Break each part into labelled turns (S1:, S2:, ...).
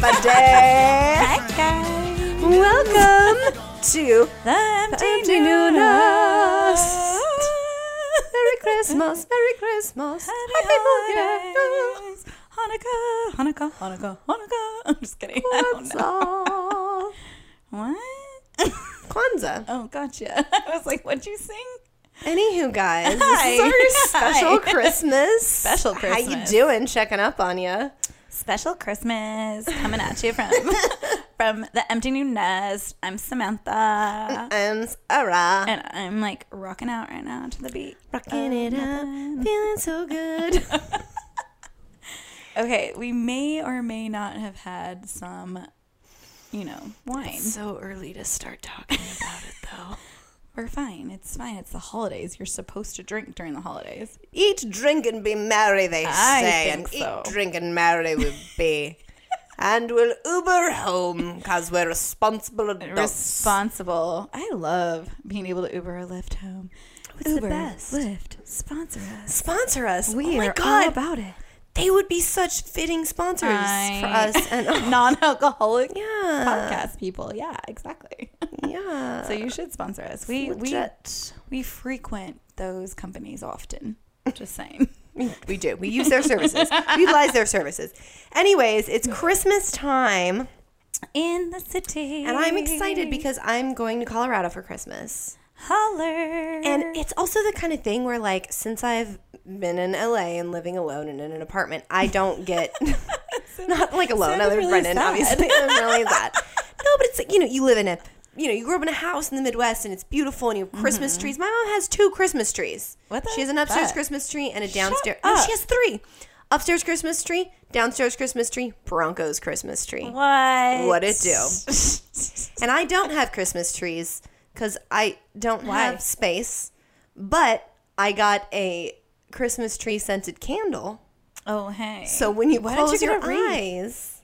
S1: my day.
S2: Hi guys.
S1: Welcome to
S2: The
S1: Empty Nunas. Merry Christmas, Merry Christmas, Happy New Year.
S2: Hanukkah, Hanukkah, Hanukkah, Hanukkah. I'm just kidding. I don't know. Oh,
S1: Kwanzaa.
S2: What?
S1: Kwanzaa.
S2: oh, gotcha. I was like, what'd you sing?
S1: Anywho, guys, this is
S2: Hi.
S1: our special
S2: Hi.
S1: Christmas.
S2: Special
S1: How you
S2: Christmas.
S1: doing? Checking up on you.
S2: Special Christmas coming at you from from the Empty Nunas. I'm Samantha.
S1: I'm Sarah.
S2: And I'm like rocking out right now to the beat.
S1: Rocking it up,
S2: nothing.
S1: feeling so good.
S2: Okay, we may or may not have had some, you know, wine.
S1: so early to start talking about it, though.
S2: We're fine. It's fine. It's the holidays. You're supposed to drink during the holidays.
S1: Eat, drink, and be merry, they
S2: I
S1: say.
S2: think
S1: and
S2: so.
S1: eat, drink, and merry we be. and we'll Uber home, because we're responsible adults.
S2: Responsible. I love being able to Uber or Lyft home.
S1: It's the
S2: Uber,
S1: best.
S2: Lyft, sponsor us.
S1: Sponsor us.
S2: We
S1: oh my
S2: are
S1: god,
S2: all about it.
S1: they would be such fitting sponsors for
S2: I-
S1: us. And
S2: Non-alcoholic
S1: yeah,
S2: podcast people. Yeah, exactly.
S1: yeah.
S2: So you should sponsor us. We
S1: Legit.
S2: we we frequent those companies often. Just saying.
S1: We do. We use their services. we utilize their services. Anyways, it's Christmas time,
S2: In the city.
S1: and I'm excited because I'm going to Colorado for Christmas.
S2: holler.
S1: And it's also the kind of thing where, like, since I've been in LA and living alone and in an apartment, I don't get not like alone. I
S2: sounded
S1: live with
S2: really
S1: Brendan,
S2: sad.
S1: obviously. I'm really sad. No, but it's like, you know, you live in a you know, you grew up in a house in the Midwest and it's beautiful and you have Christmas trees. My mom has two Christmas trees.
S2: Mm-hmm. What the
S1: she has an upstairs
S2: fuck?
S1: Christmas tree and a downstairs.
S2: up.
S1: No, she has three. Upstairs Christmas tree, downstairs Christmas tree, Broncos Christmas tree.
S2: what?
S1: What it do? And I don't have Christmas trees because I don't have space. But I got a Christmas tree scented candle.
S2: oh hey.
S1: So when you
S2: Why don't you
S1: close
S2: get
S1: your
S2: a wreath?
S1: eyes,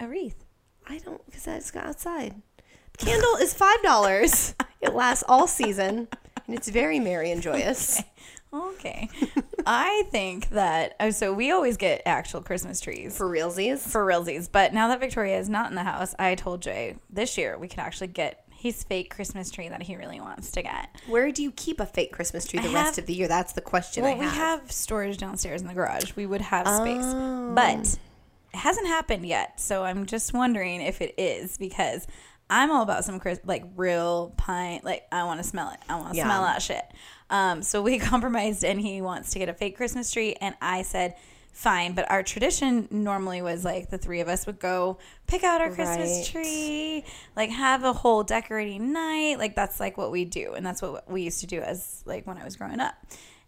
S2: a wreath.
S1: I don't because I just got outside. The candle is five dollars. it lasts all season, and it's very merry and joyous.
S2: Okay. I think that oh, so we always get actual Christmas trees for,
S1: For realsies,
S2: realsies, but now that Victoria is not in the house, I told Jay this year we can actually get his fake Christmas tree that he really wants to get.
S1: where do you keep a fake Christmas tree the
S2: I
S1: rest
S2: have-
S1: of the year? That's the question
S2: well,
S1: I
S2: we
S1: have. Oh.
S2: have storage downstairs in the garage. We would have space, but it hasn't happened yet. So I'm just wondering if it is because I'm all about some Chris, like real pine. Like I want to smell it. I want to
S1: Yeah.
S2: smell that shit. Um, so we compromised, and he wants to get a fake Christmas tree, and I said. Fine, but our tradition normally was like the three of us would go pick out our Christmas
S1: Right.
S2: tree, like have a whole decorating night. Like that's like what we do, and that's what we used to do as like when I was growing up.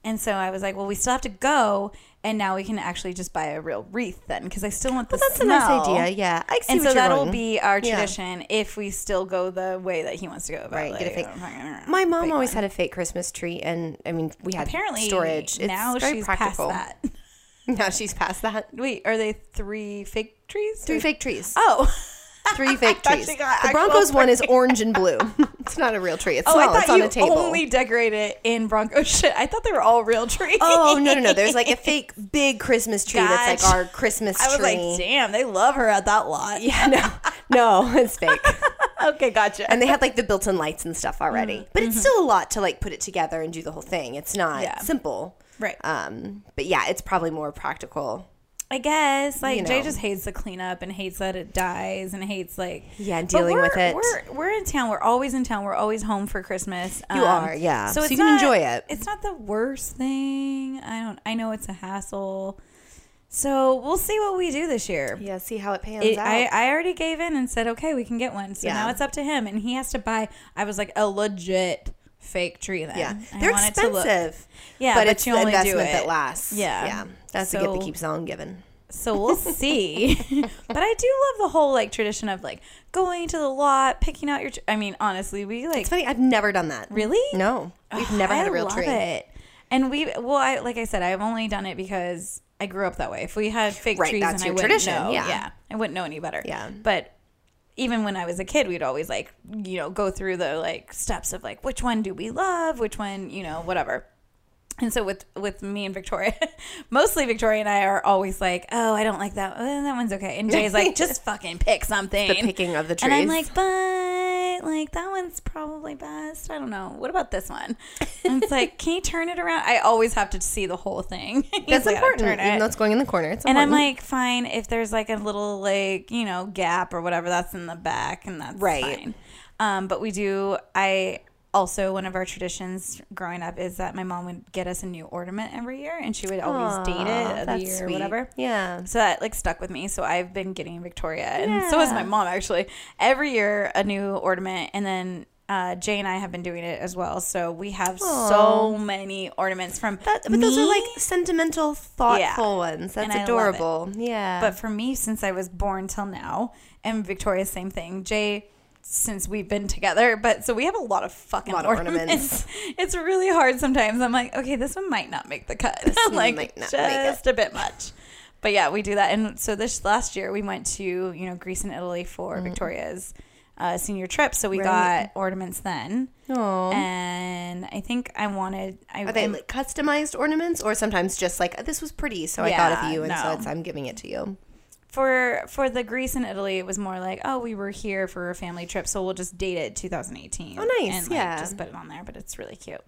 S2: And so I was like, well, we still have to go, and now we can actually just buy a real wreath then, because I still want the
S1: That's a
S2: smell.
S1: nice idea. Yeah, I see
S2: And
S1: what
S2: so
S1: you're
S2: that'll
S1: going.
S2: be our
S1: Yeah.
S2: tradition if we still go the way that he wants to go about
S1: Right,
S2: it.
S1: get a
S2: Like,
S1: fake-
S2: I'm
S1: My mom
S2: fake
S1: always
S2: one.
S1: had a fake Christmas tree, and I mean, we had
S2: apparently
S1: storage. It's
S2: now
S1: very
S2: she's
S1: practical.
S2: past that.
S1: Now she's past that.
S2: Wait, are they three fake trees?
S1: Three
S2: Or-
S1: fake trees.
S2: Oh,
S1: Three fake
S2: thought
S1: trees.
S2: she got
S1: The
S2: actual
S1: Broncos one is orange and blue. it's not a real tree. It's
S2: oh,
S1: small.
S2: I
S1: it's
S2: thought
S1: on
S2: you
S1: a table.
S2: only decorated it in Bronco Oh, shit. I thought they were all real trees.
S1: Oh no no no! There's like a fake big Christmas tree that's like
S2: Gotcha.
S1: our Christmas
S2: I was
S1: tree.
S2: like, damn, they love her at that lot.
S1: yeah, no, no, it's fake.
S2: okay, gotcha.
S1: And they had like the built-in lights and stuff already,
S2: Mm-hmm.
S1: but it's still a lot to like put it together and do the whole thing. It's not
S2: Yeah.
S1: simple,
S2: right.
S1: um, but yeah, it's probably more practical.
S2: Uh, I guess like
S1: You
S2: Jay
S1: know.
S2: just hates the cleanup and hates that it dies and hates like
S1: Yeah, and
S2: But
S1: dealing with
S2: we're-
S1: it.
S2: We're we're in town. We're always in town. We're always home for Christmas. Um,
S1: You are, yeah. So you can enjoy it.
S2: It's not the worst thing. I don't. I know it's a hassle. So we'll see what we do this year.
S1: Yeah, see how it pans
S2: It-
S1: out.
S2: I, I already gave in and said okay we can get one so
S1: Yeah.
S2: now it's up to him and he has to buy i was like a legit fake tree then
S1: yeah,
S2: Mm-hmm. I
S1: they're
S2: want it to look-
S1: expensive.
S2: yeah
S1: but,
S2: but,
S1: it's
S2: you
S1: the
S2: only do
S1: investment
S2: it
S1: that lasts.
S2: Yeah.
S1: yeah, that's the gift that
S2: So-
S1: keeps on giving.
S2: so we'll see. but I do love the whole like tradition of like going to the lot, picking out your. Tr- I mean, honestly, we like
S1: It's funny. I've never done that.
S2: really.
S1: No, we've never
S2: I
S1: had a real
S2: love
S1: tree.
S2: It. And we well, I like I said, I've only done it because I grew up that way. If we had fake
S1: Right,
S2: trees,
S1: that's
S2: and I
S1: your
S2: wouldn't
S1: tradition,
S2: know.
S1: yeah.
S2: I wouldn't know any better.
S1: Yeah.
S2: but. Even when I was a kid, we'd always like, you know, go through the like steps of like, which one do we love? Which one, you know, whatever. and so with with me and Victoria, mostly Victoria and I are always like, "Oh, I don't like that. Oh, that one's okay." And Jay's like, "Just fucking pick something."
S1: The picking of the
S2: And
S1: trees.
S2: I'm like, "But like that one's probably best. I don't know. What about this one?" And it's like, "Can you turn it around?" I always have to see the whole thing. He's
S1: That's
S2: like, "I don't
S1: important.
S2: turn
S1: Even
S2: it."
S1: though it's going in the corner, it's
S2: And I'm
S1: important.
S2: like, fine, if there's like a little like, you know, gap or whatever, that's in the back and that's
S1: Right.
S2: fine. Um, but we do I also one of our traditions growing up is that my mom would get us a new ornament every year and she would always
S1: Aw,
S2: date it a
S1: that's
S2: year or
S1: sweet.
S2: whatever.
S1: Yeah.
S2: So that like stuck with me. So I've been getting Victoria and so has my mom actually. Every year a new ornament and then uh, Jay and I have been doing it as well. So we have so many ornaments from
S1: That, but those are like
S2: me
S1: sentimental, thoughtful ones. That's
S2: And I love it.
S1: adorable. Yeah.
S2: But for me, since I was born till now, and Victoria, same thing. Jay, since we've been together, but so we have a lot of fucking
S1: Lot of
S2: ornaments.
S1: ornaments.
S2: It's really hard sometimes. I'm like, okay, this one might not make the cut.
S1: one
S2: like,
S1: might not make it.
S2: just a bit much. But yeah, we do that. And so this last year, we went to you know Greece and Italy for Victoria's uh, senior trip, so we
S1: Mm-hmm. Right.
S2: got ornaments then.
S1: Aw.
S2: And I think I wanted. I,
S1: Are they like customized ornaments, or sometimes just like this was pretty, so I thought
S2: Yeah,
S1: of you, and
S2: no.
S1: so it's, I'm giving it to you.
S2: for for the Greece and Italy, it was more like, oh, we were here for a family trip, so we'll just date it 2018. Oh,
S1: nice,
S2: and, like,
S1: yeah.
S2: Just put it on there, but it's really cute.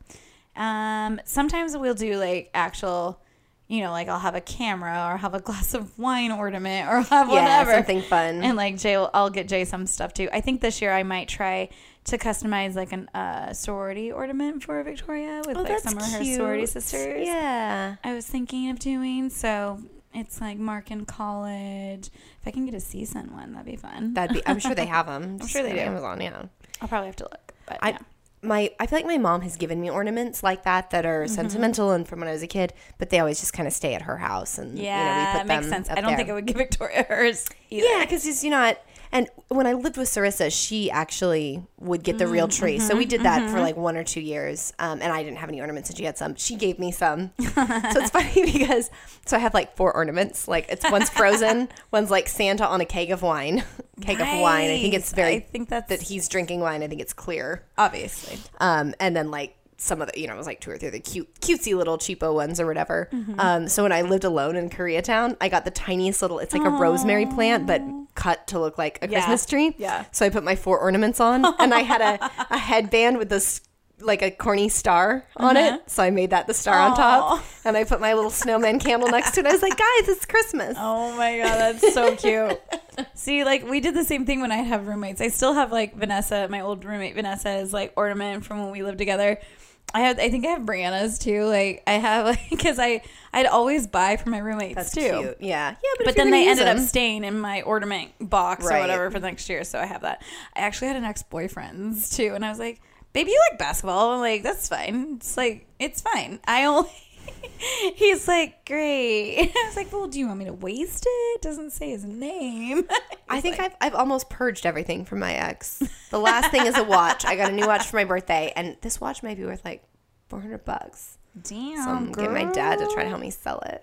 S2: Um, sometimes we'll do like actual, you know, like I'll have a camera or have a glass of wine ornament or have
S1: Yeah,
S2: Uh, whatever
S1: something fun. Oh,
S2: And like Jay, will, I'll get Jay some stuff too. I think this year I might try to customize like an uh, sorority ornament for Victoria with like some of her sorority sisters.
S1: Oh, Yeah.
S2: I was thinking of doing. So it's like Mark in college. If I can get a season one, that'd be fun.
S1: That'd be. I'm sure they have them. I'm
S2: sure they do.
S1: Amazon, yeah.
S2: I'll probably have to look. But
S1: I
S2: yeah.
S1: my I feel like my mom has given me ornaments like that that are
S2: Mm-hmm.
S1: sentimental and from when I was a kid, but they always just kind of stay at her house and you
S2: yeah,
S1: know, we put
S2: it makes
S1: them
S2: sense.
S1: up
S2: I don't
S1: there.
S2: think I would give Victoria hers either.
S1: Yeah, because it's you know, I- and when I lived with Sarissa, she actually would get the
S2: Mm,
S1: real tree.
S2: mm-hmm,
S1: So we did that for like one or two years, um, and I didn't have any ornaments, and she had some. She gave me some. so it's funny because so I have like four ornaments. Like it's one's frozen, one's like Santa on a keg of wine, keg of wine. I think it's
S2: Nice.
S1: very
S2: I think that's
S1: that he's drinking wine. I think it's clear.
S2: obviously.
S1: Um, and then like some of the, you know, it was like two or three of the cute, cutesy little cheapo ones or whatever.
S2: Mm-hmm.
S1: Um, so when I lived alone in Koreatown, I got the tiniest little, it's like a rosemary plant, but cut to look like a
S2: Yeah.
S1: Christmas tree.
S2: Yeah.
S1: So I put my four ornaments on and I had a, a headband with this, like a corny star on
S2: Uh-huh.
S1: it. So I made that the star on top and I put my little snowman candle next to it. I was like, guys, it's Christmas.
S2: Oh my god, that's so cute. See, like we did the same thing when I have roommates. I still have like Vanessa, my old roommate Vanessa is like ornament from when we lived together. I have, I think I have Brianna's too. Like I have, like because I, I'd always buy for my roommates
S1: That's
S2: too.
S1: cute. Yeah. Yeah. But,
S2: But then they ended up staying in my ornament box or
S1: Right.
S2: whatever for the next year, so I have that. I actually had an ex boyfriend's too, and I was like, "Baby, you like basketball? I'm like, that's fine. It's like it's fine. I only." He's like, "Great." I was like, "Well, do you want me to waste it?" Doesn't say his name.
S1: I think I've, I've almost purged everything from my ex. The last thing is a watch. I got a new watch for my birthday, and this watch might be worth like 400 bucks.
S2: Damn,
S1: So I'm getting my dad to try to help me sell it.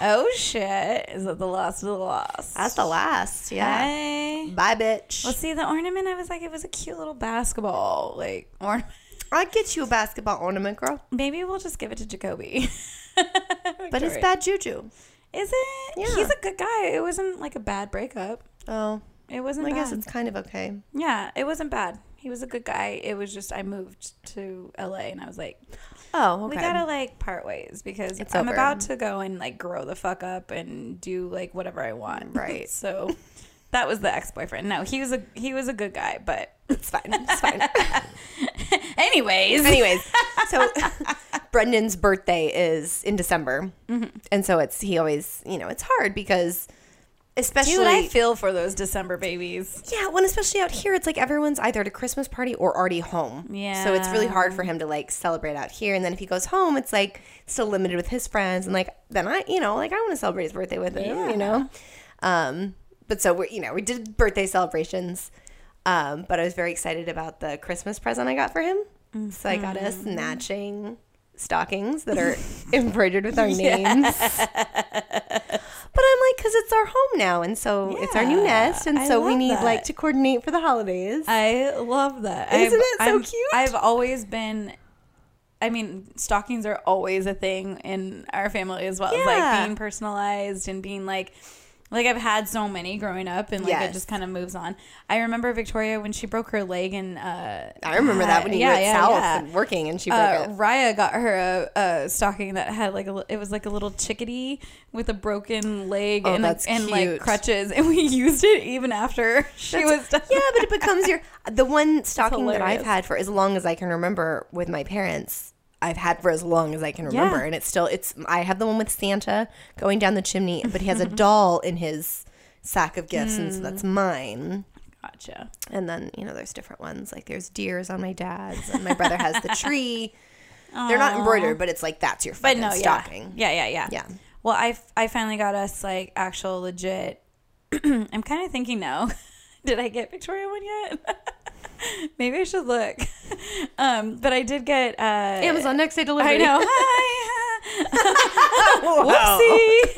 S2: Oh shit! Is that the last of the lost?
S1: That's the last. Yeah.
S2: Hey.
S1: Bye, bitch.
S2: Well, see the ornament. I was like, it was a cute little basketball, like ornament.
S1: I'll get you a basketball ornament, girl.
S2: Maybe we'll just give it to Jacoby.
S1: But it's bad juju.
S2: Is it?
S1: Yeah.
S2: He's a good guy. It wasn't like a bad breakup.
S1: Oh,
S2: It wasn't
S1: I
S2: bad.
S1: guess it's kind of okay.
S2: yeah, it wasn't bad. He was a good guy. It was just I moved to LA and I was like,
S1: Oh,
S2: we gotta like part ways because
S1: It's
S2: I'm
S1: over.
S2: about to go and like grow the fuck up and do like whatever I want.
S1: Right.
S2: so that was the ex boyfriend. No, he was a he was a good guy, but
S1: It's fine. It's fine.
S2: anyways.
S1: Anyways, so Brendan's birthday is in December.
S2: Mm-hmm.
S1: And so it's, he always, you know, it's hard because especially.
S2: Dude, I feel for those December babies.
S1: Yeah, when especially out here, it's like everyone's either at a Christmas party or already home. So it's really
S2: Yeah.
S1: hard for him to like celebrate out here. And then if he goes home, it's like still limited with his friends. And like then I, you know, like I want to celebrate his birthday with him, you know. Um, but so we're, you know, we did birthday celebrations. Um, but I was very excited about the Christmas present I got for him. So I got
S2: Mm-hmm.
S1: us matching stockings that are embroidered with our names. But I'm like, because it's our home now, and so it's our new
S2: Yeah,
S1: nest, and
S2: I
S1: so we
S2: love
S1: need like
S2: that.
S1: to coordinate for the holidays.
S2: I love that.
S1: Isn't
S2: I've-
S1: it so
S2: I'm-
S1: cute?
S2: I've always been. I mean, stockings are always a thing in our family as well. It's like
S1: Yeah.
S2: being personalized and being like, like I've had so many growing up, and like it
S1: Yes.
S2: just kind of moves on. I remember Victoria when she broke her leg, and uh,
S1: I remember that when you were at South
S2: yeah.
S1: and working and she broke
S2: Uh,
S1: it.
S2: Raya got her a, a stocking that had like a li- it was like a little chickadee with a broken leg
S1: Oh,
S2: and a-
S1: that's
S2: and like
S1: cute.
S2: crutches, and we used it even after she was done.
S1: Yeah, but it becomes your the one stocking that I've
S2: hilarious.
S1: had for as long as I can remember with my parents. I've had for as long as I can remember,
S2: Yeah.
S1: and it's still it's. I have the one with Santa going down the chimney, but he has a doll in his sack of gifts, and so that's
S2: Hmm.
S1: mine.
S2: Gotcha.
S1: And then you know, there's different ones like there's deers on my dad's, and my brother has the tree. They're not embroidered, but it's like that's your
S2: but
S1: fucking
S2: no, yeah.
S1: stocking.
S2: Yeah, yeah, yeah.
S1: Yeah.
S2: Well, I, f- I finally got us like actual legit. I'm kind of thinking now. did I get Victoria one yet? Maybe I should look. um, but I did get uh,
S1: Amazon next day delivery.
S2: I know. Hi.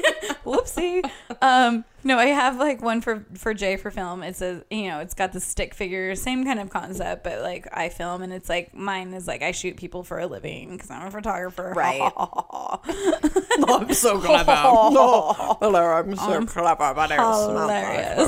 S2: Whoopsie. Whoopsie. Um, no, I have like one for for Jay for film. It's a you know, it's got the stick figure, same kind of concept, but like I film and it's like mine is like I shoot people for a living because I'm a photographer.
S1: Right.
S3: I'm so clever. Oh, hello, I'm so clever, but I smell
S2: hilarious.
S3: my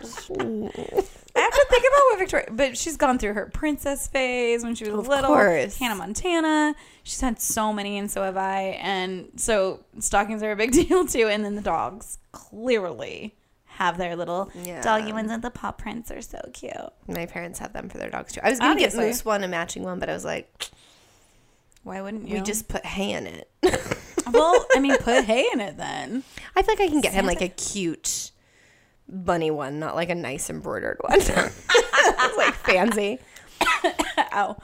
S3: first
S2: I have to think about what Victoria, but she's gone through her princess phase when she was little.
S1: course.
S2: Hannah Montana. She's had so many, and so have I. And so stockings are a big deal too. And then the dogs clearly have their little
S1: Yeah.
S2: doggy ones, and the paw prints are so cute.
S1: My parents have them for their dogs too. I was gonna
S2: Obviously.
S1: get Moose one, a matching one, but I was like,
S2: Why wouldn't you?
S1: we just put hay in it.
S2: well, I mean, put hay in it then.
S1: I feel like I can get him like a cute bunny one, not like a nice embroidered one. it's like fancy.
S2: Ow,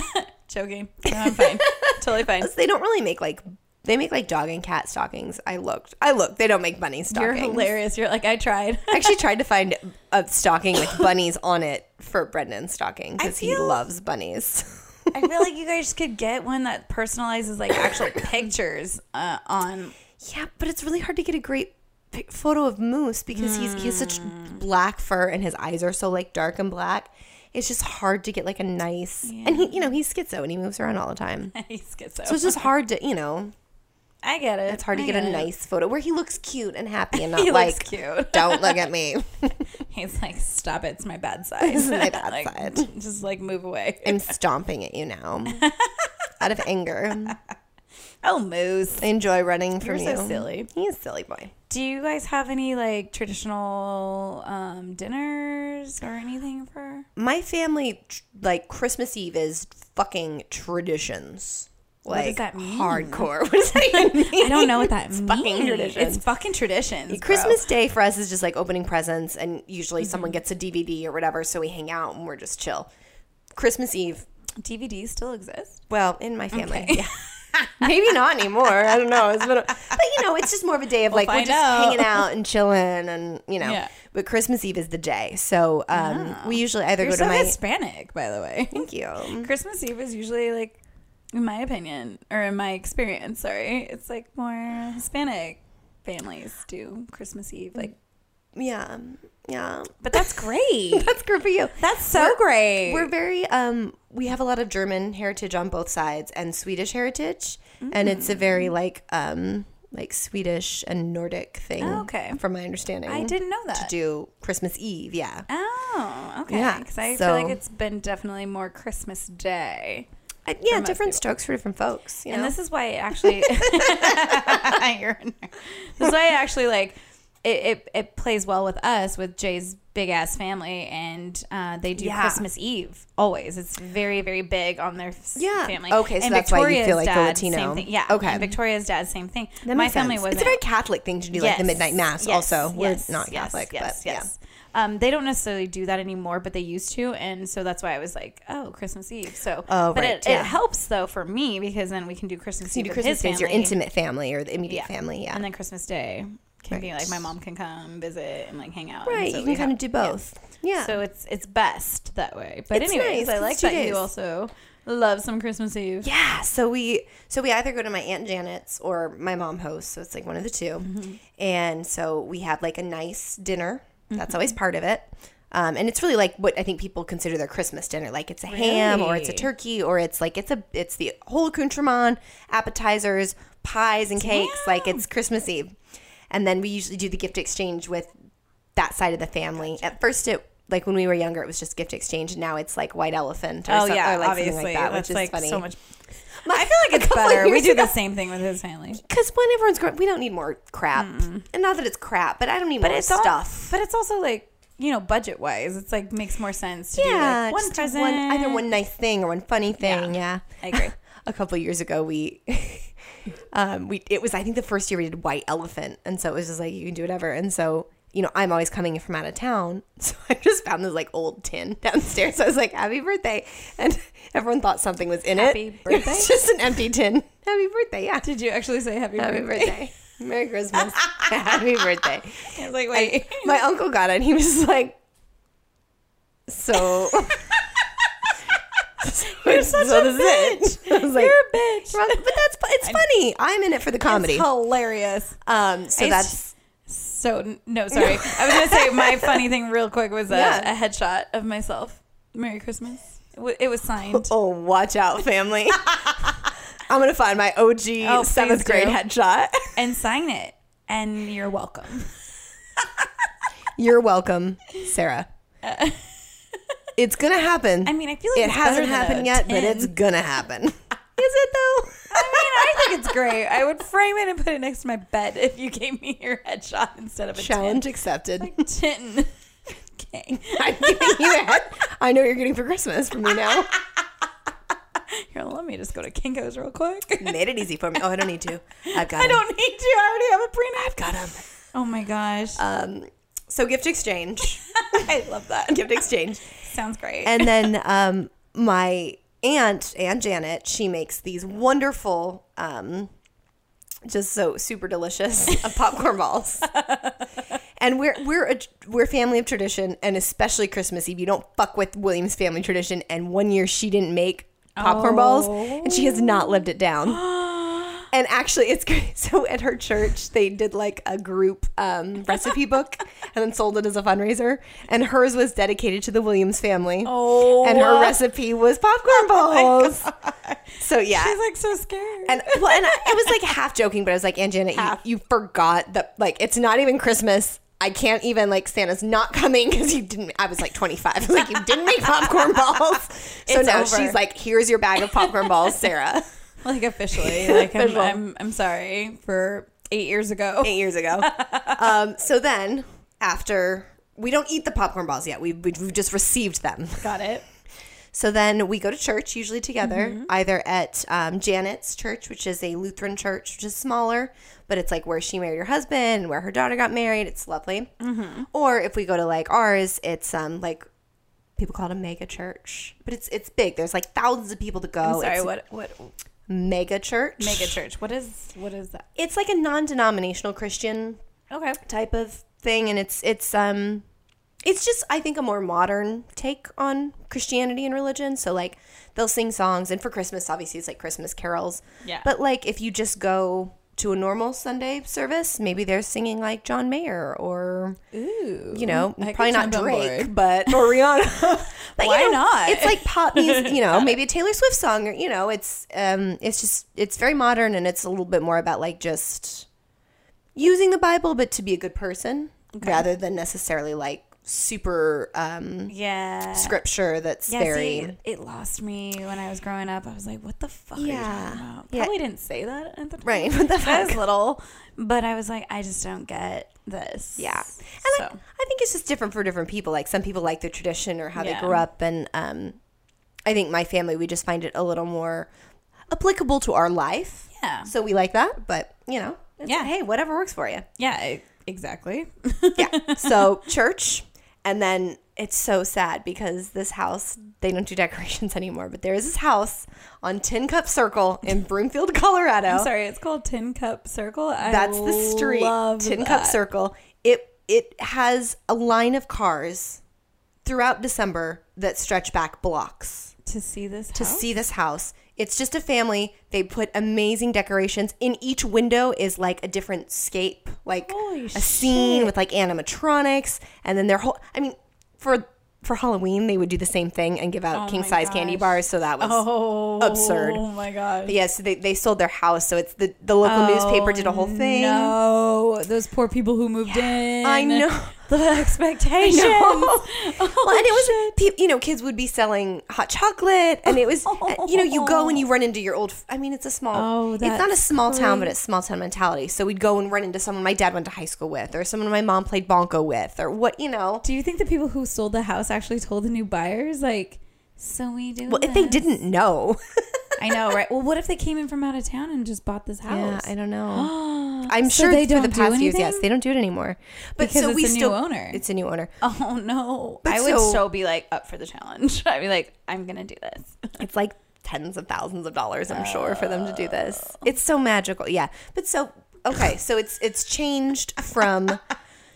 S2: choking. No, I'm fine, totally fine.
S1: They don't really make like they make like dog and cat stockings. I looked. I looked. They don't make bunny
S2: You're
S1: stockings.
S2: hilarious. You're like I tried.
S1: I actually tried to find a stocking with bunnies on it for Brendan's stocking because he
S2: feel-
S1: loves bunnies.
S2: I feel like you guys could get one that personalizes like actual pictures uh, on
S1: Yeah, but it's really hard to get a great pic- photo of Moose because he's he has such
S2: Hmm.
S1: black fur and his eyes are so like dark and black. It's just hard to get like a nice and he you know he's schizo and he moves around all the time.
S2: He's schizo.
S1: So it's just hard to, you know,
S2: I get it.
S1: it's hard to
S2: I
S1: get a
S2: it.
S1: nice photo where he looks cute and happy and not
S2: He
S1: like,
S2: looks cute.
S1: don't look at me.
S2: He's like, stop it. It's my bad side.
S1: is my bad
S2: Like,
S1: side.
S2: Just like move away.
S1: I'm stomping at you now out of anger.
S2: Oh, Moose.
S1: I enjoy running from
S2: You're so
S1: you.
S2: silly.
S1: He's a silly boy.
S2: Do you guys have any like traditional um, dinners or anything for?
S1: My family, tr- like, Christmas Eve is fucking traditions. Like,
S2: does that mean?
S1: hardcore. What does that even mean?
S2: I don't know what that means.
S1: fucking traditions.
S2: It's fucking traditions. bro.
S1: Christmas Day for us is just like opening presents, and usually
S2: Mm-hmm.
S1: someone gets a DVD or whatever, so we hang out and we're just chill. Christmas Eve,
S2: DVDs still exist.
S1: Well, in my family. Yeah. Maybe not anymore. I don't know. It's been a, but you know, it's just more of a day of like we're
S2: find
S1: just
S2: out.
S1: hanging out and chilling, and you know.
S2: Yeah. Oh.
S1: But Christmas Eve is the day, so um, we usually either
S2: You're
S1: go to
S2: so
S1: my.
S2: Hispanic, by the way.
S1: Thank you.
S2: Christmas Eve is usually like, in my opinion or in my experience, sorry, it's like more Hispanic families do Christmas Eve. Like,
S1: Yeah, yeah.
S2: but that's great.
S1: That's good for you.
S2: That's so great.
S1: We're very um we have a lot of German heritage on both sides and Swedish heritage and it's a
S2: Mm.
S1: very like um like Swedish and Nordic thing.
S2: Oh, okay.
S1: From my understanding.
S2: I didn't know
S1: to
S2: that.
S1: do Christmas Eve, yeah.
S2: oh, okay.
S1: Yeah,
S2: Because I
S1: so-
S2: feel like it's been definitely more Christmas Day.
S1: Uh, yeah,
S2: most
S1: different
S2: people.
S1: strokes for different folks. You
S2: And
S1: know?
S2: this is why it actually. You're a nerd. this is why it actually like. It, it, it plays well with us with Jay's big ass family, and uh, they do
S1: Yeah.
S2: Christmas Eve always. It's very very big on their f-
S1: Yeah.
S2: family.
S1: Okay, so that's why you feel like the
S2: dad,
S1: Latino.
S2: Same thing. Yeah.
S1: Okay.
S2: and Victoria's dad, same thing.
S1: That
S2: My
S1: makes
S2: family
S1: sense.
S2: wasn't.
S1: It's a very Catholic thing to do, like the midnight mass.
S2: yes,
S1: also, we're
S2: yes,
S1: not
S2: yes,
S1: Catholic,
S2: yes,
S1: but yeah.
S2: yes. Um, they don't necessarily do that anymore, but they used to, and so that's why I was like, "Oh, Christmas Eve." So,
S1: Oh,
S2: but
S1: right,
S2: it,
S1: yeah.
S2: it helps though for me because then we can do Christmas
S1: You
S2: Eve
S1: do
S2: with
S1: Christmas
S2: his
S1: is your
S2: family.
S1: intimate family or the immediate
S2: Yeah.
S1: family, yeah.
S2: and then Christmas Day can be
S1: Right.
S2: like my mom can come visit and like hang out. and
S1: right,
S2: so
S1: you
S2: we
S1: can kind
S2: have-
S1: of do both. Yeah.
S2: So it's it's best that way. But
S1: It's
S2: anyways,
S1: nice,
S2: I
S1: it's
S2: like
S1: two
S2: that
S1: days.
S2: you also love some Christmas Eve.
S1: yeah, so we so we either go to my aunt Janet's or my mom hosts, so it's like one
S2: Mm-hmm. Mm-hmm.
S1: of the 2 And so we have like a nice dinner. That's always part of it. Um, and it's really like what I think people consider their Christmas dinner. Like it's a ham or it's a
S2: Really?
S1: turkey or it's like it's a it's the whole accoutrement, appetizers, pies and cakes. Like it's Christmas Eve. And then we usually do the gift exchange with that side of the family. At first it like when we were younger it was just gift exchange and now it's like white elephant or,
S2: Oh
S1: some-
S2: yeah,
S1: or like
S2: obviously
S1: something like that,
S2: that's
S1: which is
S2: like
S1: funny.
S2: so much. I feel like it's better. We do the same thing with his family,
S1: because when everyone's growing, we don't need more crap. And not that it's crap, but I don't need
S2: Mm. but
S1: more
S2: it's
S1: stuff.
S2: All, but it's also like you know, budget wise, it's like makes more sense to do like one
S1: just
S2: present.
S1: either one nice thing or one funny thing. Yeah,
S2: I agree.
S1: A couple years ago, we, um, we it was I think the first year we did White Elephant, and so it was just like you can do whatever. And so you know I'm always coming in from out of town, so I just found this like old tin downstairs. So I was like Happy birthday, and everyone thought something was in
S2: Happy
S1: it.
S2: birthday?
S1: It's just an empty tin. Happy birthday. Yeah.
S2: Did you actually say happy,
S1: Happy
S2: birthday?
S1: birthday. Merry Christmas. Happy birthday.
S2: I was like, wait,
S1: My uncle got it and he was like, so. You're
S2: such a
S1: I was like,
S2: you're a bitch.
S1: "Well, but that's fu- it's funny. I'm in it for the comedy.
S2: It's hilarious.
S1: Um, so
S2: It's
S1: that's
S2: So no, sorry. I was gonna say my funny thing real quick was a,
S1: Yeah.
S2: a headshot of myself. Merry Christmas. It, wa- it was signed.
S1: oh, watch out, family. I'm gonna find my OG
S2: Oh, please
S1: seventh grade
S2: do.
S1: headshot.
S2: and sign it. And you're welcome.
S1: You're welcome, Sarah. it's gonna happen.
S2: I mean, I feel like
S1: it
S2: it's
S1: hasn't
S2: Uh, better than a
S1: happened yet, but
S2: 10.
S1: it's gonna happen. Is it though?
S2: I mean, I think it's great. I would frame it and put it next to my bed if you gave me your headshot instead of a
S1: Challenge accepted.
S2: Tin. Tin. Okay.
S1: I'm giving you a head. I know what you're getting for Christmas from me now.
S2: Here, let me just go to Kinko's real quick.
S1: Made it easy for me. Oh, I don't need to. I've got.
S2: I don't need you. I already have a prenup. I've
S1: got 'em.
S2: Oh my gosh.
S1: Um, so gift exchange,
S2: I love that.
S1: gift exchange,
S2: Sounds great.
S1: and then um, my aunt, Aunt Janet, she makes these wonderful, um, just so super delicious uh, popcorn balls. And we're we're a we're a family of tradition, and especially Christmas Eve. You don't fuck with Williams family tradition. And one year she didn't make popcorn balls, and she has not lived it down. and actually, it's great. So at her church, they did like a group um, recipe book, and then sold it as a fundraiser. And hers was dedicated to the Williams family.
S2: Oh.
S1: and her recipe was popcorn balls. so yeah,
S2: She's like so scared.
S1: and well, and I, I was like half joking, but I was like, "Aunt Janet, you,
S2: Half.
S1: you forgot that like it's not even Christmas. I can't even like Santa's not coming because you didn't." I was like 25. I was like, "You didn't make popcorn balls." So
S2: It's
S1: now
S2: over.
S1: she's like, "Here's your bag of popcorn balls, Sarah."
S2: like officially, like I'm,
S1: Official.
S2: I'm, I'm sorry for eight years ago.
S1: Eight years ago. um, so then after we don't eat the popcorn balls yet, we we- we've just received them.
S2: Got it.
S1: So then we go to church usually together,
S2: Mm-hmm.
S1: either at um, Janet's church, which is a Lutheran church, which is smaller, but it's like where she married her husband and where her daughter got married. It's lovely.
S2: Mm-hmm.
S1: Or if we go to like ours, it's um like people call it a mega church, but it's it's big. There's like thousands of people to go.
S2: I'm sorry.
S1: Oh, it's
S2: What? What?
S1: mega church?
S2: Mega church. What is? What is that?
S1: It's like a non-denominational Christian
S2: Okay.
S1: type of thing, and it's it's um it's just I think a more modern take on Christianity and religion. So like they'll sing songs, and for Christmas, obviously it's like Christmas carols.
S2: Yeah.
S1: But like if you just go to a normal Sunday service, maybe they're singing like John Mayer or
S2: Ooh.
S1: you know
S2: Mm-hmm. I could
S1: probably not
S2: jump on
S1: Drake,
S2: board.
S1: but or Rihanna. but,
S2: Why not?
S1: It's like pop music, you know, maybe a Taylor Swift song, or you know, it's um, it's just it's very modern and it's a little bit more about like just using the Bible, but to be a good person rather than necessarily like super um
S2: Yeah.
S1: scripture that's
S2: Yeah,
S1: very.
S2: see, it lost me when I was growing up. I was like, "What the fuck?" Are
S1: Yeah.
S2: you talking about?
S1: Yeah.
S2: Probably didn't say that at the time.
S1: Right, what the
S2: I
S1: fuck?
S2: was little, but I was like, "I just don't get this."
S1: Yeah. And
S2: so
S1: like, I think it's just different for different people. Like some people like their tradition or how
S2: Yeah.
S1: they grew up and um I think my family we just find it a little more applicable to our life.
S2: Yeah.
S1: So we like that, but you know, it's
S2: Yeah.
S1: like, hey, whatever works for you.
S2: yeah, e- exactly.
S1: Yeah. so church and then it's so sad because this house they don't do decorations anymore, but there is this house on Tin Cup Circle in Broomfield, Colorado.
S2: I'm sorry, it's called Tin Cup Circle. I
S1: That's the street.
S2: Love
S1: Tin Cup
S2: that.
S1: Circle. It it has a line of cars throughout December that stretch back blocks
S2: to see this.
S1: to see this house. It's just a family. They put amazing decorations. In each window is like a different scape, like
S2: Holy
S1: a scene with like animatronics, and then their whole I mean for for Halloween they would do the same thing and give out
S2: Oh
S1: king
S2: my
S1: size candy
S2: gosh.
S1: bars. So that was
S2: Oh,
S1: Absurd.
S2: Oh my god.
S1: But yeah, so they, they sold their house. So it's the, the local newspaper did a whole thing.
S2: Oh, No, those poor people who moved in.
S1: I know.
S2: the expectations.
S1: Well, and it was, pe- you know, kids would be selling hot chocolate. And it was, uh, you know, you go and you run into your old, f- I mean, it's a small,
S2: Oh,
S1: it's not a
S2: that's
S1: small town, but it's small town mentality. So we'd go and run into someone my dad went to high school with or someone my mom played Bonko with or what, you know.
S2: Do you think the people who sold the house actually told the new buyers like? So we do.
S1: Well, if they
S2: this?"
S1: didn't know.
S2: I know, right? Well, what if they came in from out of town and just bought this
S1: yeah,
S2: house?
S1: I don't know. I'm
S2: So
S1: sure they
S2: they
S1: don't for
S2: don't
S1: the
S2: do
S1: past years, yes,
S2: anything?
S1: they don't do it anymore. But
S2: Because
S1: so
S2: it's
S1: we
S2: a new
S1: still
S2: owner.
S1: It's a new owner.
S2: Oh no!
S1: But
S2: I would
S1: so-
S2: so be like up for the challenge. I'd be like, I'm gonna do this.
S1: It's like tens of thousands of dollars, I'm sure, for them to do this. It's so magical. Yeah. But so okay, so it's it's changed from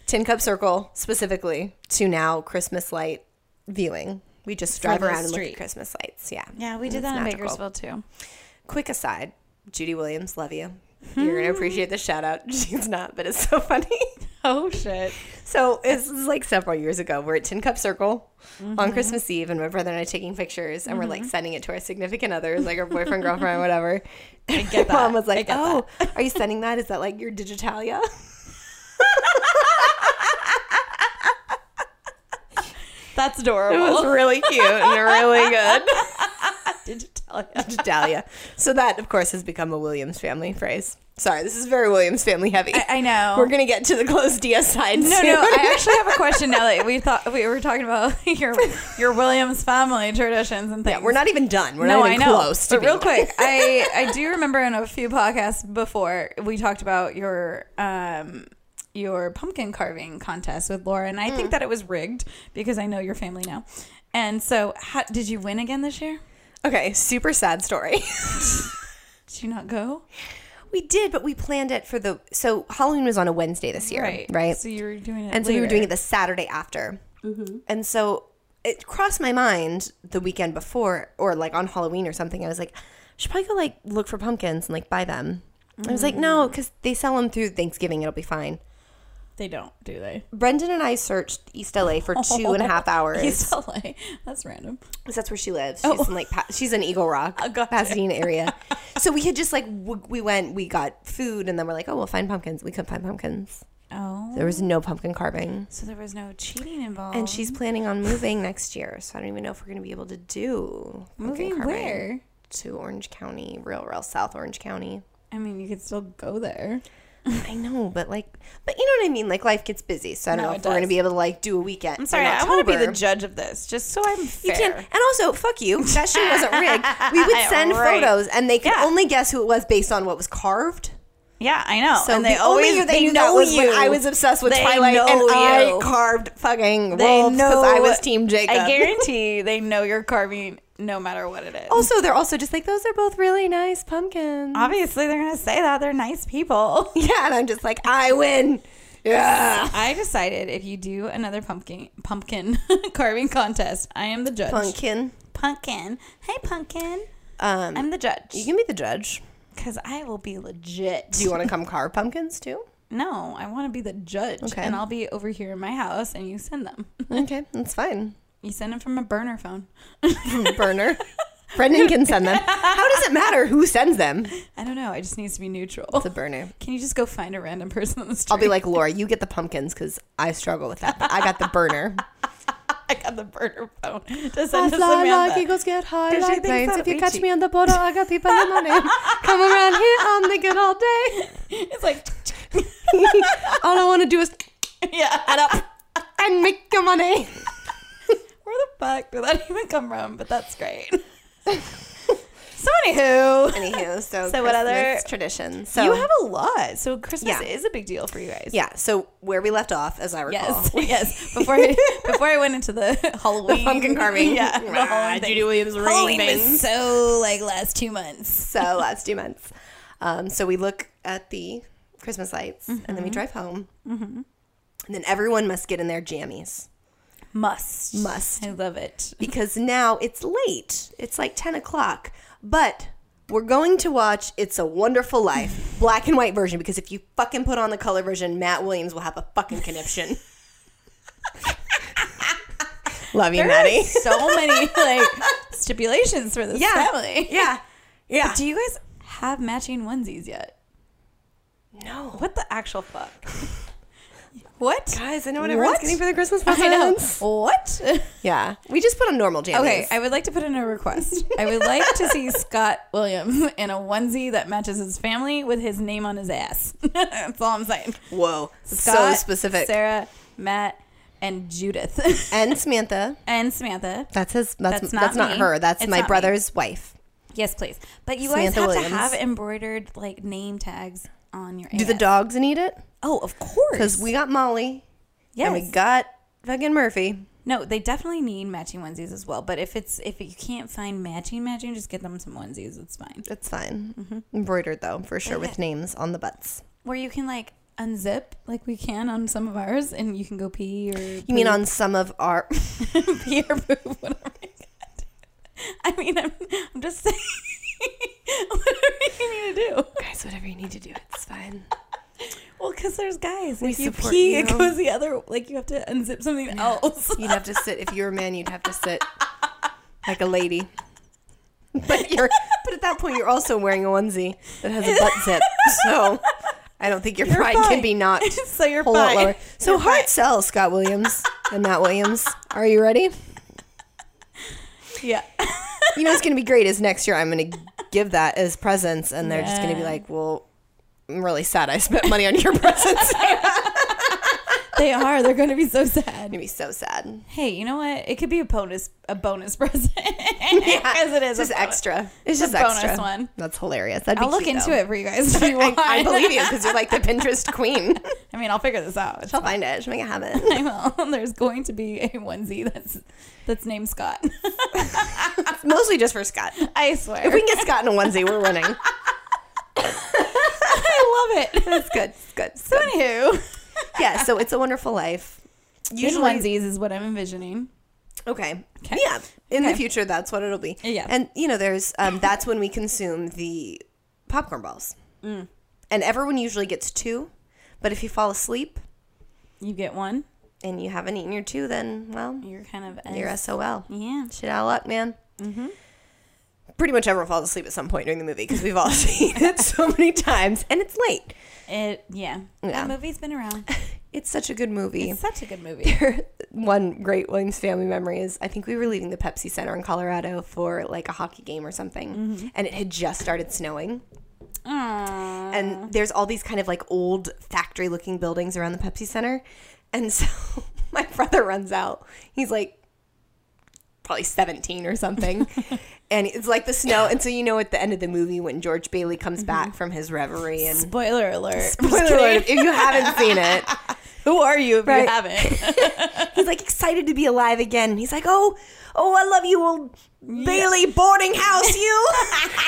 S1: Tin Cup Circle specifically to now Christmas light viewing. We just drive
S2: the
S1: around and look at
S2: street.
S1: Christmas lights. Yeah.
S2: Yeah, we did
S1: It's
S2: that in
S1: magical.
S2: Bakersfield too.
S1: Quick aside, Judy Williams, love you. You're gonna appreciate the shout out. She's not, but it's so funny.
S2: Oh shit!
S1: So this is like several years ago. We're at Tin Cup Circle
S2: Mm-hmm.
S1: on Christmas Eve, and my brother and I are taking pictures, and we're like sending it to our significant others, like our boyfriend, girlfriend, whatever. And
S2: get
S1: my mom
S2: that.
S1: was like, "Oh, are you sending that? Is that like your digitalia?"
S2: That's
S1: It was
S2: adorable.
S1: really cute and really good.
S2: Did you tell you?
S1: digitalia. So that, of course, has become a Williams family phrase. Sorry, this is very Williams family heavy.
S2: I, I know.
S1: We're gonna get to the closed DS side.
S2: no, no. I actually have a question now that we thought we were talking about your your Williams family traditions and things.
S1: we're not even done. We're
S2: no,
S1: not
S2: I
S1: even
S2: know.
S1: close. To
S2: but real
S1: being-
S2: quick, I I do remember in a few podcasts before we talked about your um your pumpkin carving contest with Laura, and I
S1: Mm.
S2: think that it was rigged because I know your family now. And so, how, did you win again this year?
S1: Okay, super sad story.
S2: Did you not go?
S1: We did, but we planned it for the so Halloween was on a Wednesday this year, right?
S2: So you were doing it,
S1: and so we were
S2: later. Mm-hmm.
S1: doing it the Saturday after, and so it crossed my mind the weekend before, or like on Halloween or something. I was like, I should probably go like look for pumpkins and like buy them. I was like, no,
S2: Mm.
S1: because they sell them through Thanksgiving. It'll be fine.
S2: They don't, do they?
S1: Brendan and I searched East LA for
S2: Oh,
S1: two and a half hours.
S2: He's LA. That's random.
S1: 'Cause that's where she lives. She's in like pa- she's in Eagle Rock,
S2: Oh. gotcha.
S1: Pasadena area. so we had just like w- we went, we got food, and then we're like, oh, we'll find pumpkins. We couldn't find pumpkins.
S2: Oh,
S1: There was no pumpkin carving.
S2: so there was no cheating involved.
S1: And she's planning on moving next year, so I don't even know if we're going to be able to do pumpkin
S2: moving
S1: carving
S2: where?
S1: to Orange County, real, real South Orange County.
S2: I mean, you could still go there.
S1: I know, but like, but you know what I mean. Like life gets busy, so I don't
S2: No,
S1: know
S2: it
S1: if we're going to
S2: does.
S1: be able to like do a weekend.
S2: I'm sorry,
S1: in
S2: I want to be the
S1: October.
S2: judge of this, just so I'm
S1: You
S2: fair.
S1: can't, and also fuck you. That shit wasn't rigged. We would send
S2: Right.
S1: photos, and they could
S2: Yeah.
S1: only guess who it was based on what was carved.
S2: Yeah, I know.
S1: So
S2: and
S1: the
S2: they always
S1: only year they,
S2: they
S1: knew
S2: know
S1: that was
S2: you.
S1: when I was obsessed with
S2: They
S1: Twilight,
S2: know
S1: and I
S2: you.
S1: carved fucking
S2: They
S1: wolves because I was Team Jacob.
S2: I guarantee you, they know you're carving no matter what it is.
S1: Also, they're also just like, those are both really nice pumpkins.
S2: Obviously, they're gonna say that they're nice people.
S1: yeah, and I'm just like, I win. Yeah.
S2: I decided if you do another pumpkin pumpkin carving contest, I am the judge.
S1: Pumpkin.
S2: Pumpkin. Hey, pumpkin.
S1: Um,
S2: I'm the judge
S1: you can be the judge.
S2: because I will be legit.
S1: Do you want to come carve pumpkins too?
S2: no, I want to be the judge,
S1: Okay.
S2: and I'll be over here in my house, and you send them.
S1: Okay, that's fine.
S2: You send them from a burner phone.
S1: Burner. Brendan can send them. How does it matter who sends them?
S2: I don't know. It just needs to be neutral.
S1: It's a burner.
S2: Can you just go find a random person on the street?
S1: I'll be like, Laura, you get the pumpkins because I struggle with that. But I got the burner.
S2: I got the burner phone to send to Samantha.
S1: eagles, get high
S2: Does she think so? Itchy.
S1: on the border, I got people in my name. Come around here on the good old day.
S2: It's like,
S1: All I want to do is
S2: yeah.
S1: add up and make your money.
S2: Where the fuck did that even come from? But that's great. so anywho,
S1: Anywho, so
S2: So what
S1: Christmas
S2: other-
S1: traditions? So
S2: you have a lot. So Christmas
S1: Yeah.
S2: is a big deal for you guys.
S1: yeah. So where we left off, as I recall,
S2: Yes. Yes. Before I, before I went into the Halloween
S1: pumpkin carving.
S2: Yeah. the
S1: Ah,
S2: Halloween thing.
S1: Judy Williams ring
S2: Halloween
S1: thing.
S2: was so like last two months.
S1: so last two months. Um, so we look at the Christmas lights, and
S2: Mm-hmm.
S1: then we drive home, and then everyone must get in their jammies
S2: Must.
S1: Must.
S2: I love it.
S1: because now it's late. It's like ten o'clock, but. We're going to watch It's a Wonderful Life, black and white version, because if you fucking put on the color version, Matt Williams will have a fucking conniption. Love you,
S2: There are
S1: Natty.
S2: so many like stipulations for this
S1: Yeah.
S2: family.
S1: Yeah. Yeah.
S2: Do you guys have matching onesies yet?
S1: No.
S2: What the actual fuck? what?
S1: Guys, I know what everyone's
S2: What?
S1: getting for their Christmas
S2: I know.
S1: presents.
S2: What?
S1: Yeah. We just put on normal jammies.
S2: Okay, I would like to put in a request. I would like to see Scott Williams in a onesie that matches his family with his name on his ass. That's all I'm saying.
S1: Whoa. so
S2: Scott,
S1: specific.
S2: Sarah, Matt, and Judith,
S1: And Samantha.
S2: and Samantha.
S1: That's his. That's
S2: That's
S1: that's
S2: not
S1: not,
S2: me.
S1: her. That's
S2: It's
S1: my
S2: not me.
S1: brother's wife.
S2: Yes, please. But you
S1: Samantha
S2: guys have
S1: Williams.
S2: to have embroidered like name tags on your.
S1: Do the
S2: ass.
S1: dogs need it?
S2: Oh, of course.
S1: Because we got Molly
S2: yes.
S1: and we got fucking Murphy.
S2: No, they definitely need matching onesies as well. But if it's if you can't find matching matching, just get them some onesies. It's fine.
S1: It's fine. Embroidered though, for sure, with names on the butts.
S2: Where you can like unzip like we can on some of ours, and you can go pee or you
S1: You mean on some of our?
S2: pee or poop whatever. you gotta do. I mean, I'm I'm just saying. whatever you need to do.
S1: Guys, whatever you need to do, it's fine.
S2: Well, because there's guys. if you
S1: support
S2: pee, it
S1: you.
S2: goes the other. Like you have to unzip something else.
S1: You'd have to sit. If you were a man, you'd have to sit like a lady. But you're. But at that point, you're also wearing a onesie that has a butt zip. So I don't think your pride
S2: fine.
S1: can be knocked.
S2: so you're
S1: a whole lot
S2: fine.
S1: lower. So hard sell, Scott Williams and Matt Williams. Are you ready?
S2: Yeah.
S1: You know what's gonna be great is next year I'm gonna give that as presents, and they're just gonna be
S2: Yeah.
S1: like, "Well, I'm really sad I spent money on your presents." I'm
S2: they are. They're going to be so sad.
S1: gonna be so sad.
S2: Hey, you know what? It could be a bonus, a bonus present. As it
S1: it's
S2: is,
S1: just
S2: a bonus.
S1: extra. It's
S2: It's
S1: just
S2: a bonus
S1: extra.
S2: one.
S1: That's hilarious. That'd be
S2: I'll look
S1: cute,
S2: into
S1: though.
S2: it for you guys if you want.
S1: I, I believe you because you're like the Pinterest queen.
S2: I mean, I'll figure this out.
S1: I'll find it. She'll make it happen.
S2: I will. There's going to be a onesie that's that's named Scott.
S1: It's Mostly just for Scott.
S2: I swear.
S1: If we can get Scott in a onesie, we're winning.
S2: I love it.
S1: That's good. It's good.
S2: So anywho,
S1: Yeah. So it's a wonderful life.
S2: usually onesies is what I'm envisioning.
S1: Okay.
S2: Okay.
S1: Yeah. In
S2: Okay.
S1: the future, that's what it'll be.
S2: Yeah.
S1: And you know, there's um, that's when we consume the popcorn balls, and everyone usually gets two, but if you fall asleep
S2: You get one.
S1: and you haven't eaten your two, then well,
S2: You're kind of
S1: you're sol.
S2: yeah.
S1: Shit out of luck, man. Mm-hmm. Pretty much everyone falls asleep at some point during the movie because we've all seen it so many times, and it's late.
S2: It yeah.
S1: Yeah.
S2: That movie's been around.
S1: It's such a good movie.
S2: It's such a good movie.
S1: one great Williams family memory is I think we were leaving the Pepsi Center in Colorado for like a hockey game or something, and it had just started snowing.
S2: Aww.
S1: And there's all these kind of like old factory looking buildings around the Pepsi Center. And so my brother runs out. He's like probably 17 or something. and it's like the snow. And so, you know, at the end of the movie when George Bailey comes back from his reverie and.
S2: Spoiler alert.
S1: Mm-hmm. Spoiler alert, if you haven't seen it,
S2: Who are you if
S1: Right.
S2: you haven't?
S1: he's like excited to be alive again. And he's like, oh, oh, I love you, old Bailey boarding house, you.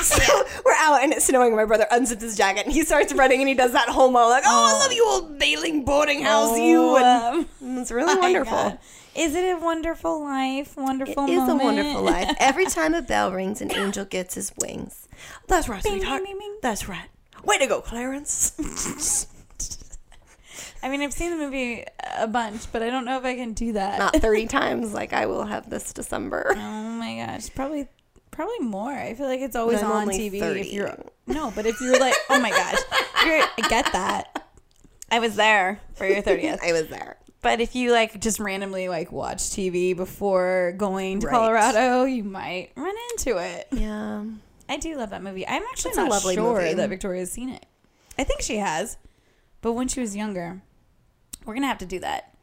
S1: so we're out and it's snowing. My brother unzips his jacket and he starts running and he does that whole monologue. Like, oh, I love you, old Bailey boarding house, you. And
S2: Um,
S1: it's really
S2: my
S1: wonderful.
S2: God. Is uh, it a wonderful life?
S1: It
S2: Wonderful
S1: is a
S2: moment?
S1: wonderful life. Every time a bell rings, an angel gets his wings. That's right,
S2: Bing,
S1: sweetheart.
S2: bing, bing.
S1: That's right. Way to go, Clarence.
S2: I mean, I've seen the movie a bunch, but I don't know if I can do that.
S1: Not 30 times like I will have this December.
S2: oh my gosh, probably probably more. I feel like it's always
S1: I'm
S2: on
S1: only
S2: TV. If
S1: 30.
S2: you're no, but if you're like, oh my gosh, you're, I get that. I was there for your thirtieth.
S1: I was there.
S2: But if you like just randomly like watch TV before going to
S1: Right.
S2: Colorado, you might run into it.
S1: Yeah.
S2: I do love that movie. I'm actually
S1: It's a
S2: not
S1: lovely
S2: sure
S1: movie.
S2: that Victoria's seen it. I think she has, but when she was younger, we're gonna have to do that.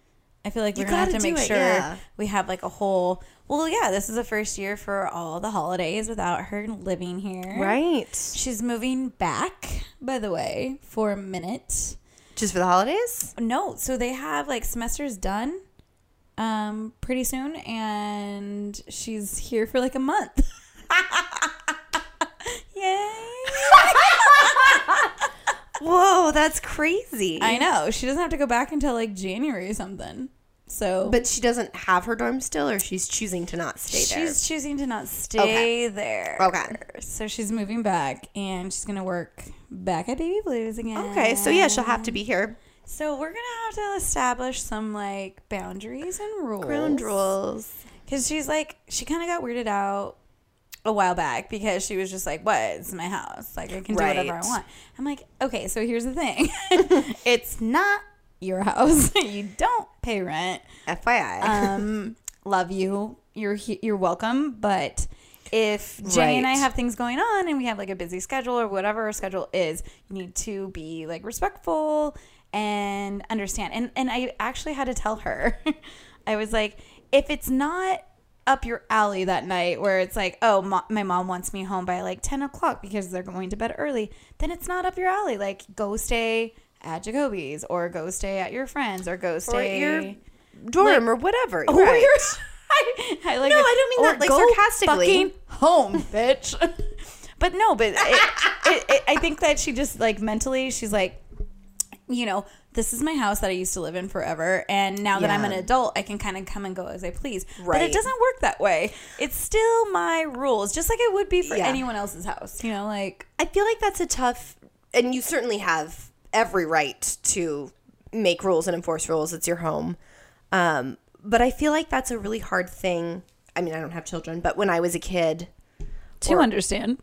S2: I feel like we're
S1: You
S2: gonna have to
S1: gotta do
S2: make
S1: it,
S2: sure
S1: yeah.
S2: we have like a whole. Well, yeah, this is the first year for all the holidays without her living here.
S1: Right.
S2: She's moving back, by the way, for a minute.
S1: Just for the holidays?
S2: No, so they have like semesters done um pretty soon and she's here for like a month. Yay.
S1: Whoa, that's crazy.
S2: I know. She doesn't have to go back until like January or something. So
S1: But she doesn't have her dorm still, or she's choosing to not stay
S2: she's
S1: there.
S2: choosing to not stay there.
S1: Okay.
S2: So she's moving back and she's gonna work back at Baby Blues again.
S1: Okay, so yeah, she'll have to be here.
S2: So we're gonna have to establish some like boundaries and rules.
S1: Ground rules.
S2: Because she's like, she kind of got weirded out a while back because she was just like, what? It's my house. Like, I can do whatever
S1: Right.
S2: I want. I'm like, okay, so here's the thing it's not your house. you don't pay rent.
S1: FYI.
S2: Um, love you. You're, he- you're welcome. But if Jay and I
S1: Right.
S2: have things going on and we have like a busy schedule or whatever our schedule is, you need to be like respectful and understand. And and I actually had to tell her, I was like, if it's not up your alley that night where it's like, oh, mo- my mom wants me home by like ten o'clock because they're going to bed early, then it's not up your alley. Like go stay at Jacoby's or go stay at your friends or go
S1: or
S2: stay
S1: at your dorm or whatever.
S2: or
S1: right.
S2: your- I, I like
S1: No,
S2: it.
S1: Oh, I don't mean
S2: Or
S1: that, like,
S2: go
S1: sarcastically.
S2: Fucking home, bitch. but no, but it, it, it, I think that she just like mentally, she's like, you know, this is my house that I used to live in forever, and now that I'm an
S1: Yeah.
S2: adult, I can kind of come and go as I please. But it
S1: Right.
S2: doesn't work that way. It's still my rules, just like it would be for
S1: Yeah.
S2: anyone else's house. You know, like
S1: I feel like that's a tough, and you certainly have every right to make rules and enforce rules. It's your home. Um, but I feel like that's a really hard thing. I mean, I don't have children, but when I was a kid,
S2: to understand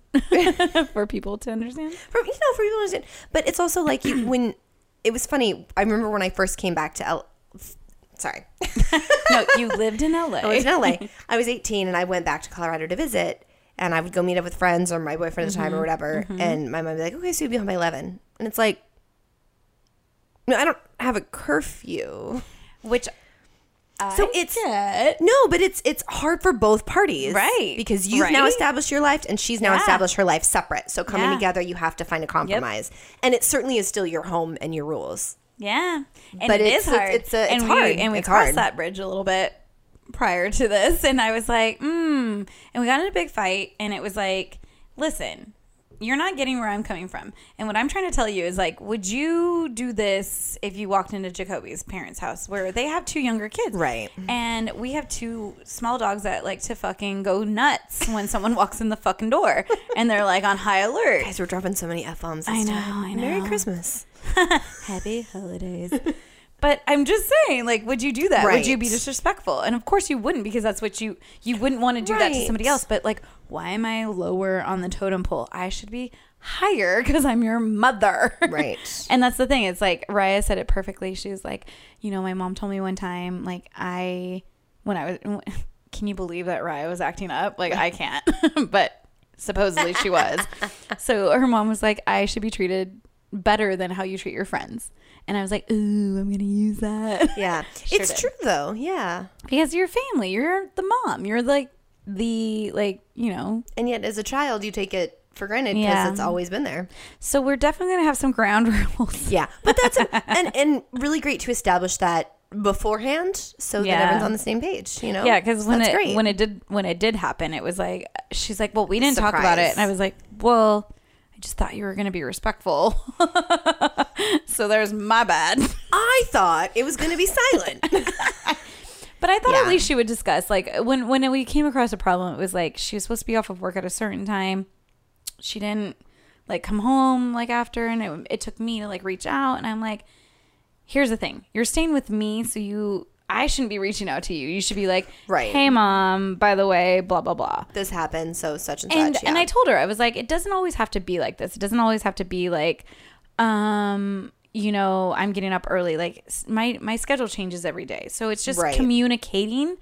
S2: for people to understand.
S1: for you know for people to understand. But it's also like you when it was funny. I remember when I first came back to L. Sorry,
S2: No, you lived in LA.
S1: I was in LA. I was 18 and I went back to Colorado to visit. And I would go meet up with friends or my boyfriend at the time
S2: Mm-hmm.
S1: or whatever. And my mom would be like, okay, so you'll be home by 11. And it's like, no, I don't have a curfew.
S2: which
S1: So
S2: I
S1: it's-
S2: get.
S1: No, but it's it's hard for both parties.
S2: Right.
S1: Because you've now
S2: Right.
S1: established your life and she's now
S2: Yeah.
S1: established her life separate. So coming
S2: Yeah.
S1: together, you have to find a compromise. And it certainly is still your home and your rules.
S2: Yeah, and
S1: But
S2: it
S1: it's-
S2: is hard.
S1: it's- it's a-
S2: and
S1: it's
S2: we,
S1: hard.
S2: And we
S1: It's
S2: crossed
S1: hard.
S2: that bridge a little bit prior to this, and I was like, hmm. And we got in a big fight, and it was like, listen, you're not getting where I'm coming from, and what I'm trying to tell you is like, would you do this if you walked into Jacoby's parents' house where they have two younger kids,
S1: Right.
S2: and we have two small dogs that like to fucking go nuts when someone walks in the fucking door, and they're like on high alert.
S1: Guys, we're dropping so many F bombs this
S2: I know,
S1: time.
S2: I
S1: Merry
S2: know.
S1: Christmas.
S2: happy holidays. but I'm just saying, like, would you do that? Would you be
S1: Right.
S2: disrespectful? And of course you wouldn't, because that's what you you wouldn't want to do that to
S1: Right.
S2: somebody else. But like, why am I lower on the totem pole? I should be higher because I'm your mother.
S1: Right.
S2: and that's the thing. It's like Raya said it perfectly. She was like, you know, my mom told me one time, like, I when I was can you believe that Raya was acting up? Like I can't. but supposedly she was. so her mom was like, I should be treated better than how you treat your friends. And I was like, ooh, I'm gonna use that.
S1: Yeah.
S2: Sure
S1: it's
S2: did.
S1: true though. Yeah.
S2: because you're family. You're the mom. You're like the like, you know.
S1: And yet, as a child, you take it for granted because
S2: Yeah.
S1: it's always been there.
S2: So we're definitely gonna have some ground rules.
S1: Yeah, but that's a, and and really great to establish that beforehand, so
S2: Yeah.
S1: that everyone's on the same page. You know,
S2: Yeah, because when
S1: That's
S2: it
S1: great.
S2: when it did when it did happen, it was like she's like, "Well, we didn't talk about
S1: Surprise.
S2: it," and I was like, "Well, I just thought you were gonna be respectful." so there's my bad.
S1: I thought it was going to be silent.
S2: But I thought at
S1: Yeah.
S2: least she would discuss like when when we came across a problem, it was like she was supposed to be off of work at a certain time. She didn't like come home like after, and it it took me to like reach out, and I'm like, here's the thing, you're staying with me, so you. I shouldn't be reaching out to you. You should be like,
S1: Right.
S2: "Hey, mom. By the way, blah blah blah."
S1: this happened, so such and,
S2: and
S1: such.
S2: and
S1: yeah.
S2: I told her I was like, it doesn't always have to be like this. It doesn't always have to be like, um, you know, I'm getting up early. Like s- my my schedule changes every day, so it's just
S1: Right.
S2: communicating.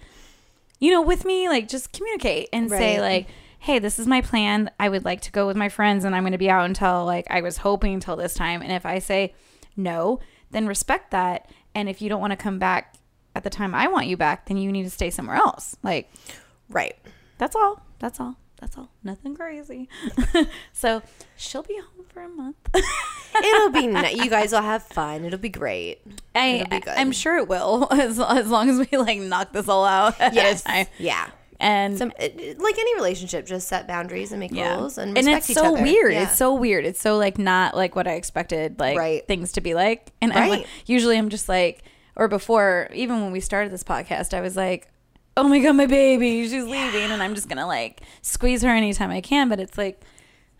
S2: You know, with me, like just communicate and say
S1: Right.
S2: like, hey, this is my plan. I would like to go with my friends, and I'm going to be out until like I was hoping until this time. And if I say no, then respect that. And if you don't want to come back at the time I want you back, then you need to stay somewhere else. Like
S1: right.
S2: that's all. That's all. That's all. Nothing crazy. so she'll be home for a month.
S1: It'll be ni- you guys will have fun. It'll be great.
S2: I,
S1: It'll be good.
S2: I'm sure it will, as, as long as we like knock this all out at
S1: Yes.
S2: a time.
S1: Yeah.
S2: And
S1: Some it- it- like any relationship, just set boundaries and make
S2: yeah,
S1: rules and
S2: and,
S1: respect
S2: it's
S1: each
S2: so
S1: other.
S2: weird.
S1: Yeah.
S2: It's so weird. It's so like not like what I expected. Like
S1: Right.
S2: things to be like. And I'm like,
S1: Right.
S2: usually I'm just like, or before even when we started this podcast, I was like. Oh my god, my baby, she's leaving, and I'm just gonna like squeeze her anytime I can. But it's like,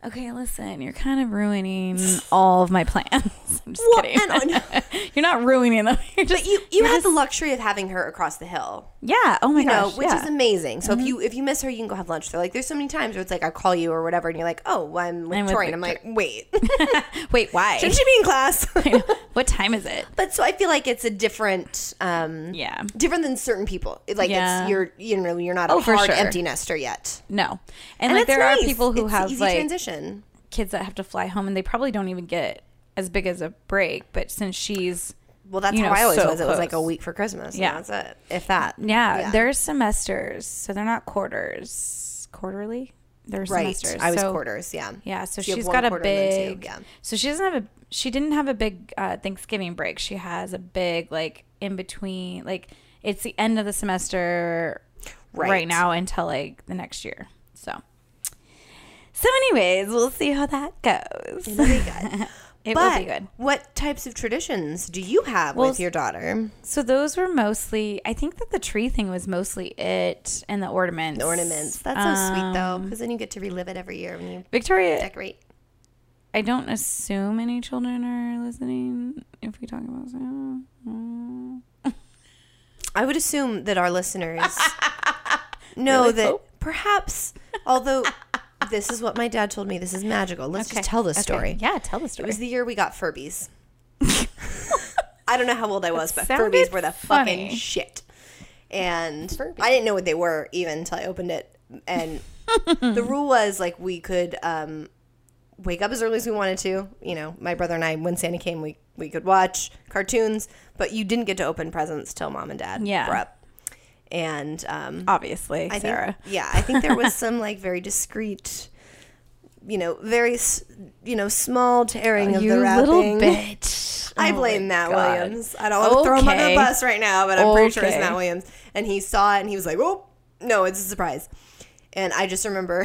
S2: okay, listen, you're kind of ruining all of my plans. I'm just
S1: Well,
S2: kidding.
S1: and on-
S2: you're not ruining them. You're just,
S1: But you you
S2: you're
S1: had the
S2: just-
S1: luxury of having her across the hill.
S2: yeah. Oh my
S1: you know,
S2: gosh.
S1: which
S2: yeah. Mm-hmm.
S1: is amazing. So if you if you miss her, you can go have lunch. So like, there's so many times where it's like I call you or whatever, and you're like, oh, well, I'm with
S2: I'm with
S1: Tori, and I'm like,
S2: Victoria.
S1: wait,
S2: Wait, why?
S1: shouldn't she be in class?
S2: what time is it?
S1: but so I feel like it's a different, um,
S2: Yeah.
S1: different than certain people. It- Like
S2: Yeah.
S1: it's you're you know you're not a
S2: Oh, for
S1: hard
S2: sure.
S1: empty nester yet.
S2: No. And,
S1: And
S2: like
S1: that's
S2: there
S1: nice.
S2: are people who
S1: It's
S2: have
S1: easy
S2: like
S1: transition.
S2: kids that have to fly home and they probably don't even get as big as a break, but since she's
S1: Well, that's
S2: you
S1: how
S2: know,
S1: I always
S2: so
S1: was. It was like a
S2: close.
S1: week for Christmas. Yeah,
S2: Yeah.
S1: that's it. If that.
S2: Yeah,
S1: Yeah.
S2: they're semesters, so they're not quarters. Quarterly, they're
S1: Right.
S2: semesters.
S1: I was
S2: so-
S1: quarters. Yeah.
S2: Yeah, so,
S1: So you have
S2: she's
S1: one
S2: got a
S1: quarter and then two,
S2: big.
S1: yeah.
S2: So she doesn't have a. She didn't have a big uh, Thanksgiving break. She has a big like in between. Like it's the end of the semester right,
S1: Right.
S2: now until like the next year. So. So, anyways, we'll see how that goes. It'll be good. it will
S1: But
S2: be good.
S1: what types of traditions do you have
S2: Well,
S1: with your daughter?
S2: So those were mostly. I think that the tree thing was mostly it, and the ornaments.
S1: Ornaments. That's so sweet though,
S2: Um, Eh.
S1: because then you get to relive it every year when you
S2: Victoria,
S1: decorate.
S2: I don't assume any children are listening if we talk about Santa.
S1: I would assume that our listeners know
S2: Really?
S1: that
S2: Oh.
S1: perhaps, although this is what my dad told me, this is magical. Let's just tell this
S2: Okay.
S1: story.
S2: Yeah, tell the
S1: It
S2: story.
S1: was the year we got Furbies. I don't know how old I was, but
S2: sounded
S1: Furbies were the
S2: funny.
S1: fucking shit. And I didn't know what they were even until I opened it. And the rule was like we could um, wake up as early as we wanted to. You know, my brother and I, when Santa came, we we could watch cartoons, but you didn't get to open presents till mom and dad
S2: Yeah.
S1: were up. And um,
S2: Obviously,
S1: I
S2: Sarah.
S1: Think, yeah, I think there was some like very discreet, you know, very s- you know small tearing of the
S2: you
S1: wrapping.
S2: little bitch.
S1: I
S2: Oh my
S1: blame Matt
S2: God.
S1: Williams. I don't want to throw him under the
S2: Okay.
S1: bus right now, but I'm pretty sure it's
S2: Okay.
S1: Matt Williams. And he saw it and he was like, "Oh no, it's a surprise." And I just remember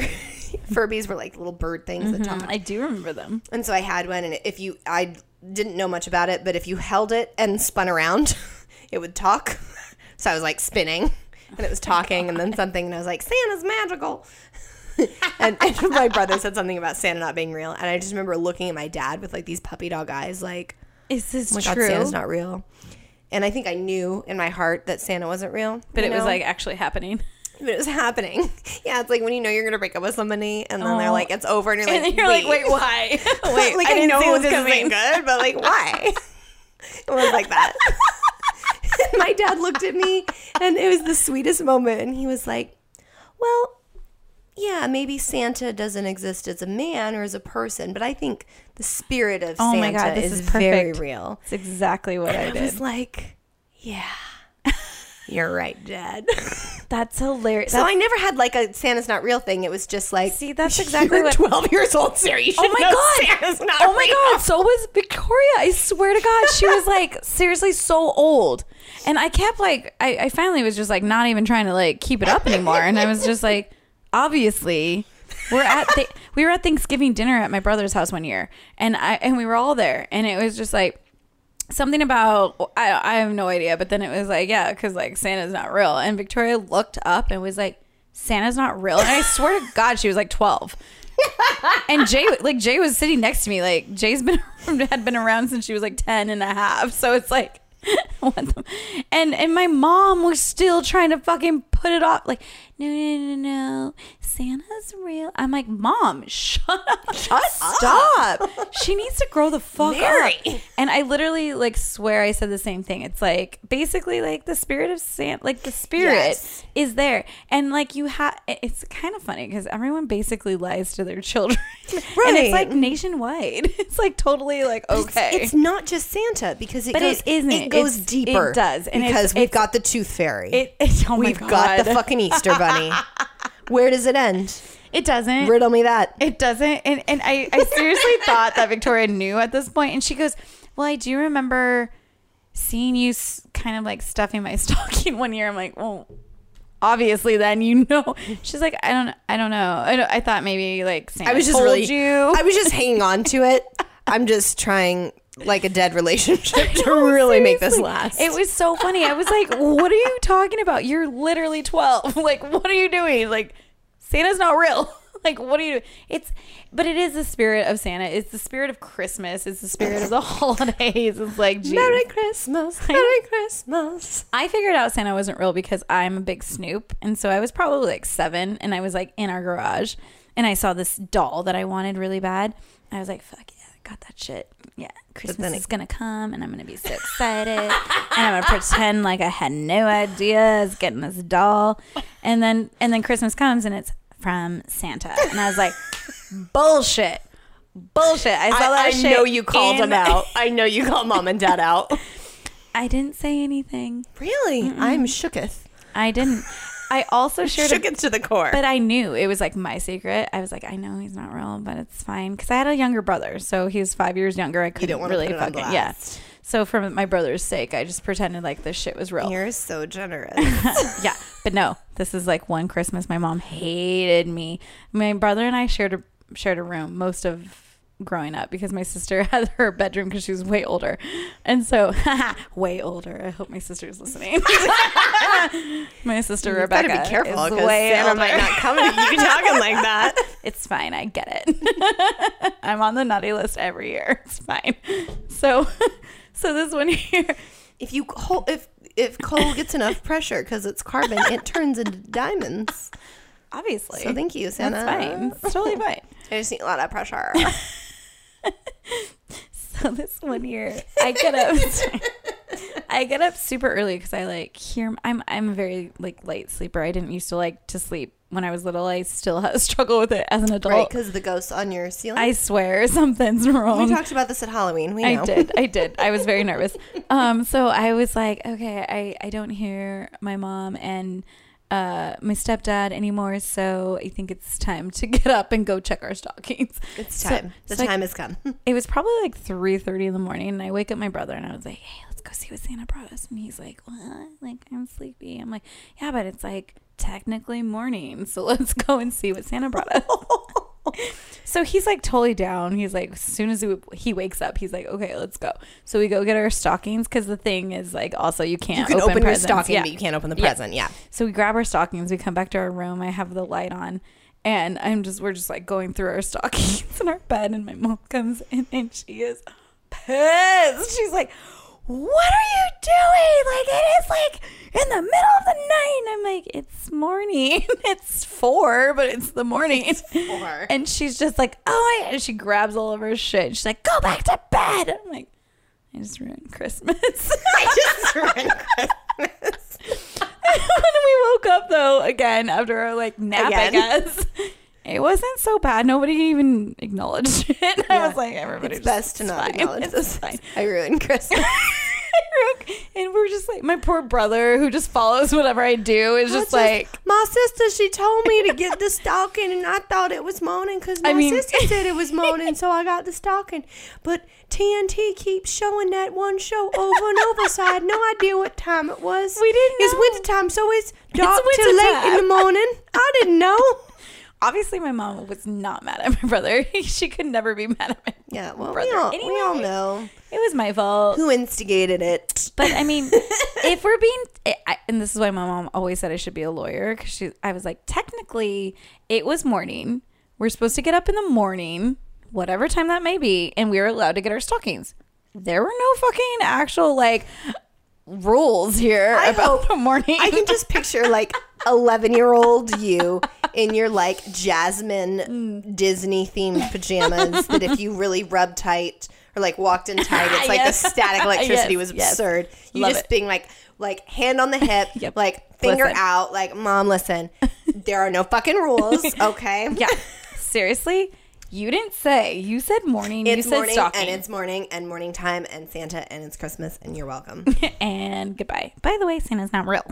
S1: Furbies were like little bird things that talk.
S2: Mm-hmm. I do remember them.
S1: And so I had one, and if you, I didn't know much about it, but if you held it and spun around, it would talk. So I was like spinning, and it was talking, and then something, and I was like, Santa's magical. and, and my brother said something about Santa not being real, and I just remember looking at my dad with like these puppy dog eyes, like,
S2: Is this
S1: "Oh my God,
S2: true?
S1: Santa's not real." And I think I knew in my heart that Santa wasn't real,
S2: but
S1: you
S2: it was
S1: know?
S2: like actually happening.
S1: but it was happening. yeah, it's like when you know you're gonna break up with somebody, and then they're
S2: Oh.
S1: like, "It's over," and you're
S2: and
S1: like,
S2: then you're like, wait, why? wait,
S1: like I,
S2: didn't
S1: know
S2: see
S1: this isn't good, but like why? it was like that. And My dad looked at me, and it was the sweetest moment. And he was like, "Well, yeah, maybe Santa doesn't exist as a man or as a person, but I think the spirit of
S2: Oh
S1: Santa
S2: my God, this
S1: is,
S2: is
S1: very
S2: perfect.
S1: real."
S2: It's exactly what I
S1: I
S2: did.
S1: was like, "Yeah, you're right, Dad."
S2: That's hilarious.
S1: so I never had like a Santa's not real thing. It was just like,
S2: See, that's exactly
S1: you're
S2: what-
S1: 12 years old, Sarah. You
S2: Oh my
S1: should know
S2: God.
S1: Santa's not
S2: Oh my
S1: real.
S2: god, so was Victoria. I swear to God, she was like seriously so old. And I kept like I, I finally was just like not even trying to like keep it up anymore. And I was just like, obviously we're at the, we were at Thanksgiving dinner at my brother's house one year and I and we were all there and it was just like something about I, I have no idea but then it was like yeah because like santa's not real and victoria looked up and was like santa's not real and i swear to god she was like 12 and jay like jay was sitting next to me like jay's been had been around since she was like 10 and a half so it's like what the, and and my mom was still trying to fucking put it off like no no no no santa's real i'm like mom shut up shut stop she needs to grow the fuck
S1: Mary.
S2: up and I literally like swear I said the same thing. It's like basically like the spirit of Santa, like the spirit
S1: Yes.
S2: is there, and like you have. It's kind of funny because everyone basically lies to their children, and
S1: Right.
S2: it's like nationwide. It's like totally like okay.
S1: It's, it's not just Santa because it
S2: But
S1: goes
S2: it isn't.
S1: It goes
S2: It's- it
S1: deeper.
S2: does, and it's-
S1: because we've
S2: it's-
S1: got the tooth fairy.
S2: It- it's- oh my
S1: we've got the
S2: God.
S1: fucking Easter bunny. Where does it end?
S2: it doesn't.
S1: Riddle me that.
S2: It doesn't. And, and I, I seriously thought that Victoria knew at this point. And she goes, Well, I do remember seeing you s- kind of like stuffing my stocking one year. I'm like, Well, obviously then you know. She's like, I don't, I don't know. I, don't, I thought maybe like Santa
S1: I was just
S2: told
S1: really.
S2: you.
S1: I was just hanging on to it. I'm just trying like a dead relationship to really make this
S2: Seriously.
S1: last.
S2: It was so funny. I was like, What are you talking about? You're literally 12. Like, what are you doing? Like, Santa's not real. Like, what are you doing? It's,
S4: but it is the spirit of Santa. It's the spirit of Christmas. It's the spirit of the holidays. It's like, geez.
S1: Merry Christmas, Merry Christmas.
S2: I figured out Santa wasn't real because I'm a big Snoop. And so I was probably like seven and I was like in our garage and I saw this doll that I wanted really bad. I was like, fuck yeah, I got that shit. Yeah, Christmas
S1: then it-
S2: is going to come and I'm going to be so excited. and I'm going to pretend like I had no idea I was getting this doll. And then, and then Christmas comes and it's from Santa. And I was like, bullshit. Bullshit. I saw that
S1: I, I
S2: shit.
S1: know you called
S2: in-
S1: them out. I know you called mom and dad out.
S2: I didn't say anything.
S1: Really? I'm shooketh.
S2: I didn't. I also shared a
S1: Shooketh to the core.
S2: But I knew it was like my secret. I was like, I know he's not real, but it's fine because I had a younger brother, so he was five years younger. I couldn't
S1: wanna
S2: really
S1: put it on
S2: fucking yeah.
S1: blast.
S2: So for my brother's sake, I just pretended like this shit was real.
S1: You're so generous.
S2: yeah, but no, this is like one Christmas. My mom hated me. My brother and I shared a shared a room most of growing up because my sister had her bedroom because she was way older, and so way older. I hope my sister's listening. my sister Rebecca
S1: Better be careful
S2: is
S1: because
S2: way
S1: Santa
S2: older.
S1: might not come at you talking like that.
S2: It's fine. I get it. I'm on the naughty list every year. It's fine. So, so this one here,
S1: If you hold, if if coal gets enough pressure because it's carbon, it turns into diamonds.
S2: obviously,
S1: So thank you, Santa.
S2: that's fine. It's totally fine.
S1: I just need a lot of pressure.
S2: So this one here, I get up. I get up super early because I like hear. I'm I'm a very like light sleeper. I didn't used to like to sleep when I was little. I still have, struggle with it as an adult.
S1: right? Because the ghosts on your ceiling.
S2: I swear something's wrong.
S1: we talked about this at Halloween. We know.
S2: I did. I did. I was very nervous. Um, so I was like, okay, I, I don't hear my mom and uh, my stepdad anymore. So I think it's time to get up and go check our stockings.
S1: It's
S2: So-
S1: time. the
S2: so I-
S1: time has come.
S2: it was probably like three thirty in the morning, and I wake up my brother, and I was like, "Hey, let's go see what Santa brought us." And he's like, "What? Like I'm sleepy." I'm like, "Yeah, but it's like technically morning, so let's go and see what Santa brought us." so he's like totally down. He's like, as soon as he, he wakes up, he's like, "Okay, let's go." So we go get our stockings because the thing is like also you can't
S1: You can open, your
S2: presents.
S1: stocking,
S2: Yeah.
S1: but you can't open the
S2: Yeah.
S1: present. Yeah.
S2: So we grab our stockings, we come back to our room, I have the light on, and I'm just we're just like going through our stockings in our bed, and my mom comes in and she is pissed. She's like, What are you doing? Like it is like in the middle of the night. And I'm like, It's morning. It's four, but it's the morning.
S1: four.
S2: And she's just like, Oh I and she grabs all of her shit. She's like, Go back to bed. I'm like, I just ruined Christmas. when we woke up though again after our like nap
S1: Again.
S2: i guess it wasn't so bad nobody even acknowledged it i was like everybody
S1: It's
S2: just,
S1: best to not
S2: fine.
S1: acknowledge
S2: It's
S1: this.
S2: fine.
S1: I ruined Christmas.
S2: and we're just like my poor brother who just follows whatever i do is just like
S1: my sister. She told me to get the stocking, and I thought it was morning because my
S2: I mean-
S1: sister said it was morning, so I got the stocking. But TNT keeps showing that one show over and over, so I had no idea what time it was.
S2: We didn't
S1: It's
S2: know.
S1: wintertime, so it's dark till
S2: winter
S1: late in
S2: time.
S1: the morning. I didn't know.
S2: obviously my mom was not mad at my brother she could never be mad at my
S1: Yeah, well,
S2: brother
S1: we all we all
S2: anyway.
S1: know
S2: it was my fault
S1: who instigated it.
S2: But I mean, if we're being, I, I- and this is why my mom always said I should be a lawyer because she, I was like, technically, it was morning. We're supposed to get up in the morning, whatever time that may be, and we were allowed to get our stockings. There were no fucking actual like rules here
S1: I
S2: about
S1: hope-
S2: the morning.
S1: I can just picture like 11 year old you in your like jasmine Disney themed pajamas that if you really rub tight or like walked in tight, it's like
S2: Yes.
S1: the static electricity
S2: Yes,
S1: was
S2: yes.
S1: absurd. You
S2: Love
S1: just
S2: it.
S1: being like, like hand on the hip,
S2: Yep.
S1: like finger
S2: Listen.
S1: out, like mom, listen, there are no fucking rules, okay?
S2: yeah, seriously, you didn't say. You said morning.
S1: It's
S2: you said
S1: morning
S2: stocking.
S1: and it's morning and morning time and Santa and it's Christmas and you're welcome.
S2: and goodbye. By the way, Santa's not real.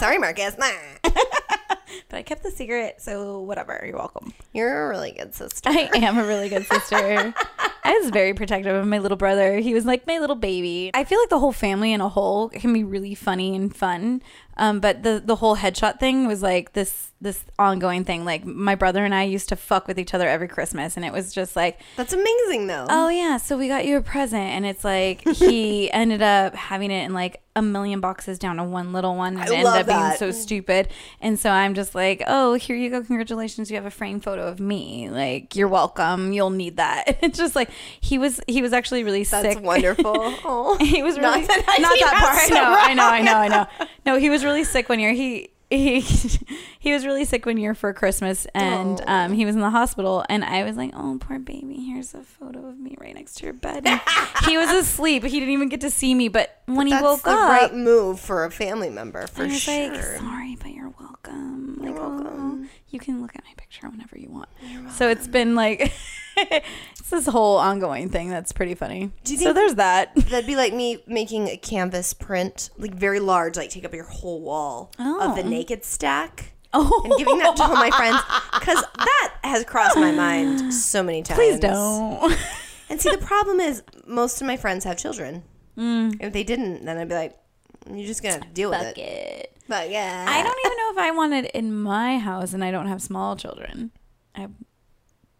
S1: Sorry, Marcus. Nah.
S2: But I kept the secret, so whatever. You're welcome.
S1: You're a really good sister.
S2: I am a really good sister. I was very protective of my little brother. He was like my little baby. I feel like the whole family in a whole can be really funny and fun. Um, but the the whole headshot thing was like this this ongoing thing. Like my brother and I used to fuck with each other every Christmas, and it was just like
S1: That's amazing, though.
S2: Oh yeah, so we got you a present, and it's like he ended up having it in like a million boxes down to one little one, and it ended
S1: love
S2: up being
S1: that.
S2: so stupid. And so I'm just like, oh, here you go, congratulations, you have a framed photo of me. Like you're welcome, you'll need that. It's just like he was he was actually really
S1: That's
S2: sick.
S1: wonderful. Oh.
S2: He was really
S1: Not that I
S2: not
S1: see
S2: that
S1: that
S2: part.
S1: so
S2: No, I know, I know, I know. No, he was really sick one year. He he he was really sick one year for Christmas, and um, he was in the hospital. And I was like, "Oh, poor baby. Here's a photo of me right next to your bed." And he was asleep. He didn't even get to see me. But when he
S1: That's
S2: woke
S1: the
S2: up,
S1: right move for a family member, for
S2: I was
S1: sure.
S2: like, sorry, but you're welcome. Like,
S1: You're
S2: oh,
S1: welcome.
S2: you can look at my picture whenever you want. So it's been like, it's this whole ongoing thing that's pretty funny.
S1: Do you
S2: so
S1: think-
S2: there's that.
S1: That'd be like me making a canvas print, like very large, like take up your whole wall of the
S2: Oh.
S1: naked stack.
S2: Oh,
S1: And giving that to all my friends because that has crossed my mind so many times.
S2: please don't.
S1: And see, the problem is most of my friends have children. Mm. If they didn't, then I'd be like, you're just gonna have to deal with it.
S2: it.
S1: But yeah,
S2: I don't even know if I want it in my house, and I don't have small children. I,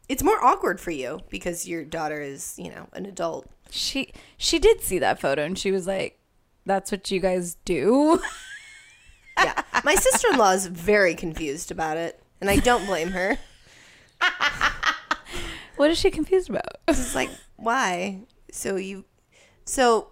S1: It's more awkward for you because your daughter is, you know, an adult.
S2: she she did see that photo, and she was like, "That's what you guys do."
S1: Yeah, my sister-in-law is very confused about it, and I don't blame her.
S2: what is she confused about?
S1: It's like, why? So you, so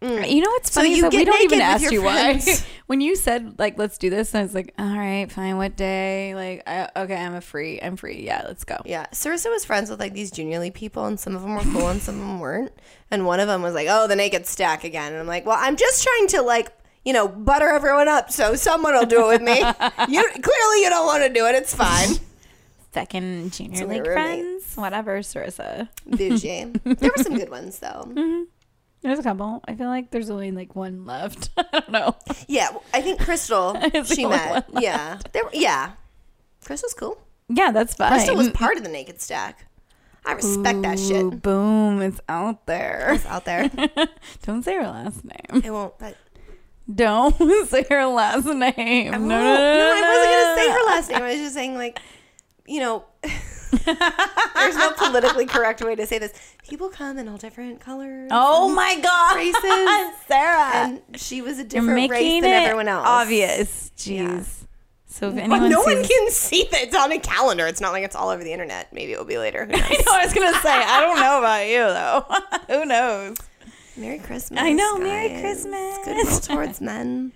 S1: mm,
S2: You know what's
S1: So
S2: funny?
S1: you
S2: is that we
S1: get
S2: don't
S1: naked
S2: even
S1: with
S2: ask
S1: your
S2: you
S1: friends.
S2: why. When you said like let's do this, and I was like, all right, fine. What day? Like, I, okay, I'm a free. I'm free. Yeah, let's go.
S1: Yeah, Sarissa was friends with like these junior league people, and some of them were cool and some of them weren't. And one of them was like, "Oh, the naked stack again," and I'm like, "Well, I'm just trying to like." You know, butter everyone up so someone will do it with me. you clearly you don't want to do it. It's fine.
S2: Second junior
S1: So my
S2: league
S1: roommate.
S2: friends, whatever. Sarissa.
S1: Bougie. There were some good ones
S2: Mm-hmm.
S1: though.
S2: There's a couple. I feel like there's only like one left. I don't know.
S1: Yeah, well, I think Crystal
S2: It's the
S1: she
S2: only
S1: met. Yeah, there. were- Yeah, Crystal's cool.
S2: Yeah, that's fine.
S1: Crystal was part of the naked stack. I respect that shit.
S2: Ooh, Boom! It's out there.
S1: It's out there.
S2: Don't say her last name.
S1: I won't. But
S2: Don't say her last name.
S1: I
S2: no,
S1: won't.
S2: no,
S1: No,
S2: no, no,
S1: I wasn't
S2: no,
S1: gonna say
S2: no.
S1: her last name. I was just saying like, you know, there's no politically correct way to say this. People come in all different colors.
S2: Oh my god,
S1: Races.
S2: Sarah.
S1: and she was a
S2: You're
S1: different race than everyone else.
S2: obvious. Jeez. So if anyone
S1: no one
S2: sees-
S1: can see that it's on a calendar. It's not like it's all over the internet. Maybe it will be later. Who knows?
S2: I know. I was gonna say I don't know about you though. Who knows?
S1: Merry Christmas.
S2: I know, Merry
S1: guys.
S2: Christmas.
S1: Good will towards men.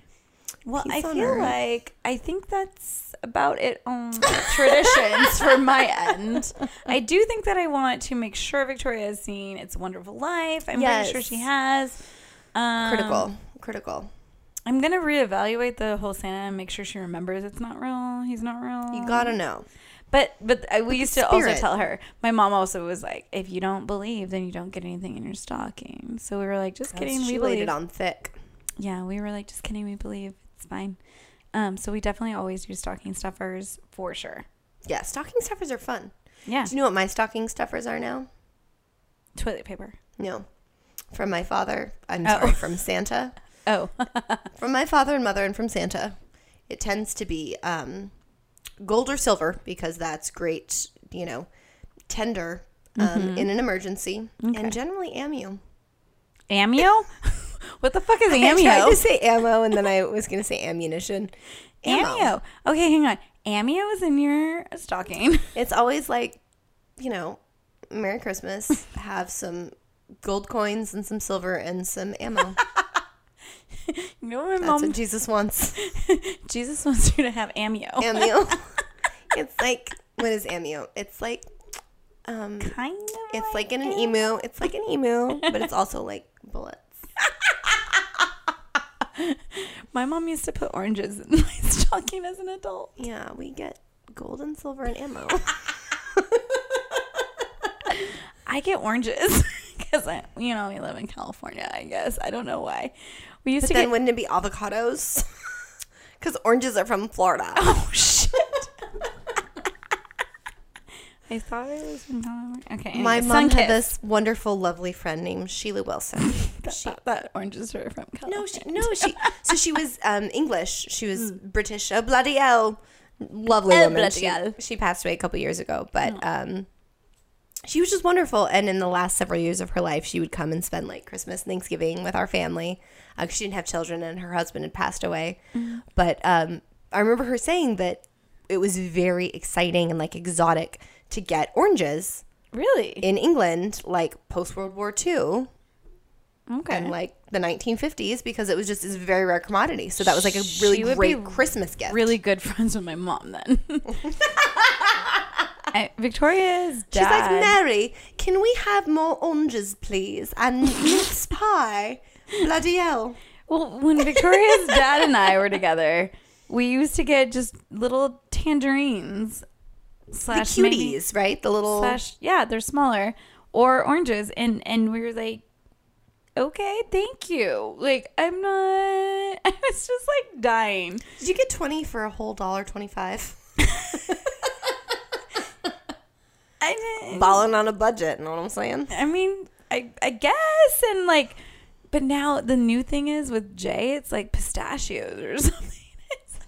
S2: Well,
S1: Peace
S2: I
S1: on
S2: feel
S1: earth.
S2: like I think that's about it on traditions for my end. I do think that I want to make sure Victoria has seen It's a Wonderful Life. I'm pretty sure
S1: Yes.
S2: she has. Um,
S1: Critical. Critical.
S2: I'm gonna reevaluate the whole Santa and make sure she remembers it's not real. He's not real.
S1: You gotta know.
S2: But but I, we used to
S1: spirit.
S2: also tell her. My mom also was like, if you don't believe, then you don't get anything in your stocking. So we were like, just kidding,
S1: She
S2: we
S1: laid
S2: believe.
S1: it on thick.
S2: Yeah, we were like, just kidding, we believe. It's fine. Um, so we definitely always do stocking stuffers for sure.
S1: Yeah, stocking stuffers are fun.
S2: Yeah,
S1: Do you know what my stocking stuffers are now?
S2: toilet paper.
S1: No. From my father. I'm
S2: Oh.
S1: sorry, from Santa.
S2: Oh,
S1: From my father and mother and from Santa. It tends to be um, gold or silver because that's great, you know, tender um, in an emergency. And generally ammo.
S2: amio. what the fuck is
S1: I tried
S2: amio?
S1: to say ammo and then I was going to say ammunition.
S2: Amio. Okay, hang on. Amio is in your stocking.
S1: It's always like, you know, Merry Christmas. Have some gold coins and some silver and some ammo.
S2: You know, what my
S1: That's
S2: mom.
S1: what Jesus wants.
S2: Jesus wants you to have amio.
S1: Amio. it's like what is amio? It's like um
S2: kind of.
S1: it's like in an emu. It's like an emu, but it's also like bullets.
S2: My mom used to put oranges in my stocking as an adult.
S1: Yeah, we get gold and silver and ammo.
S2: I get oranges because I, you know, we live in California. I guess I don't know why. We used
S1: But
S2: to
S1: then
S2: get.
S1: wouldn't it be avocados? Cuz oranges are from Florida.
S2: oh shit! I thought it was in California. Okay.
S1: My
S2: anyway,
S1: mom
S2: Sunkist.
S1: had this wonderful lovely friend named Sheila Wilson.
S2: that,
S1: She-
S2: that orange is her from California.
S1: No, she, no, she. So she was um, English. She was British. Oh, bloody hell! Lovely
S2: Oh,
S1: woman.
S2: Hmm. bloody
S1: She,
S2: hell. Oh.
S1: she passed away a couple years ago, but um, she was just wonderful. And in the last several years of her life, she would come and spend like Christmas, Thanksgiving with our family. Uh, 'cause she didn't have children, and her husband had passed away.
S2: Mm-hmm.
S1: But um, I remember her saying that it was very exciting and like exotic to get oranges
S2: Really?
S1: in England, like post World War II
S2: Okay.
S1: in like the 1950s because it was just this very rare commodity. So that was like a really
S4: She would
S1: great
S4: be
S1: Christmas gift.
S4: Really good friends with my mom then.
S2: I- Victoria's dad.
S1: She's like, Mary, can we have more oranges, please? And mince pie. Bloody hell.
S2: Well, when Victoria's dad and I were together, we used to get just little tangerines
S1: The
S2: slash maybe-
S1: cuties, right? The little.
S2: slash yeah, they're smaller or oranges, and and we were like, okay, thank you. Like I'm not. I was just like dying.
S1: Did you get 20 for a whole dollar 25?
S2: I mean,
S1: Balling on a budget, know what I'm saying?
S2: I mean, I I guess and like, but now the new thing is with Jay, it's like pistachios or something. It's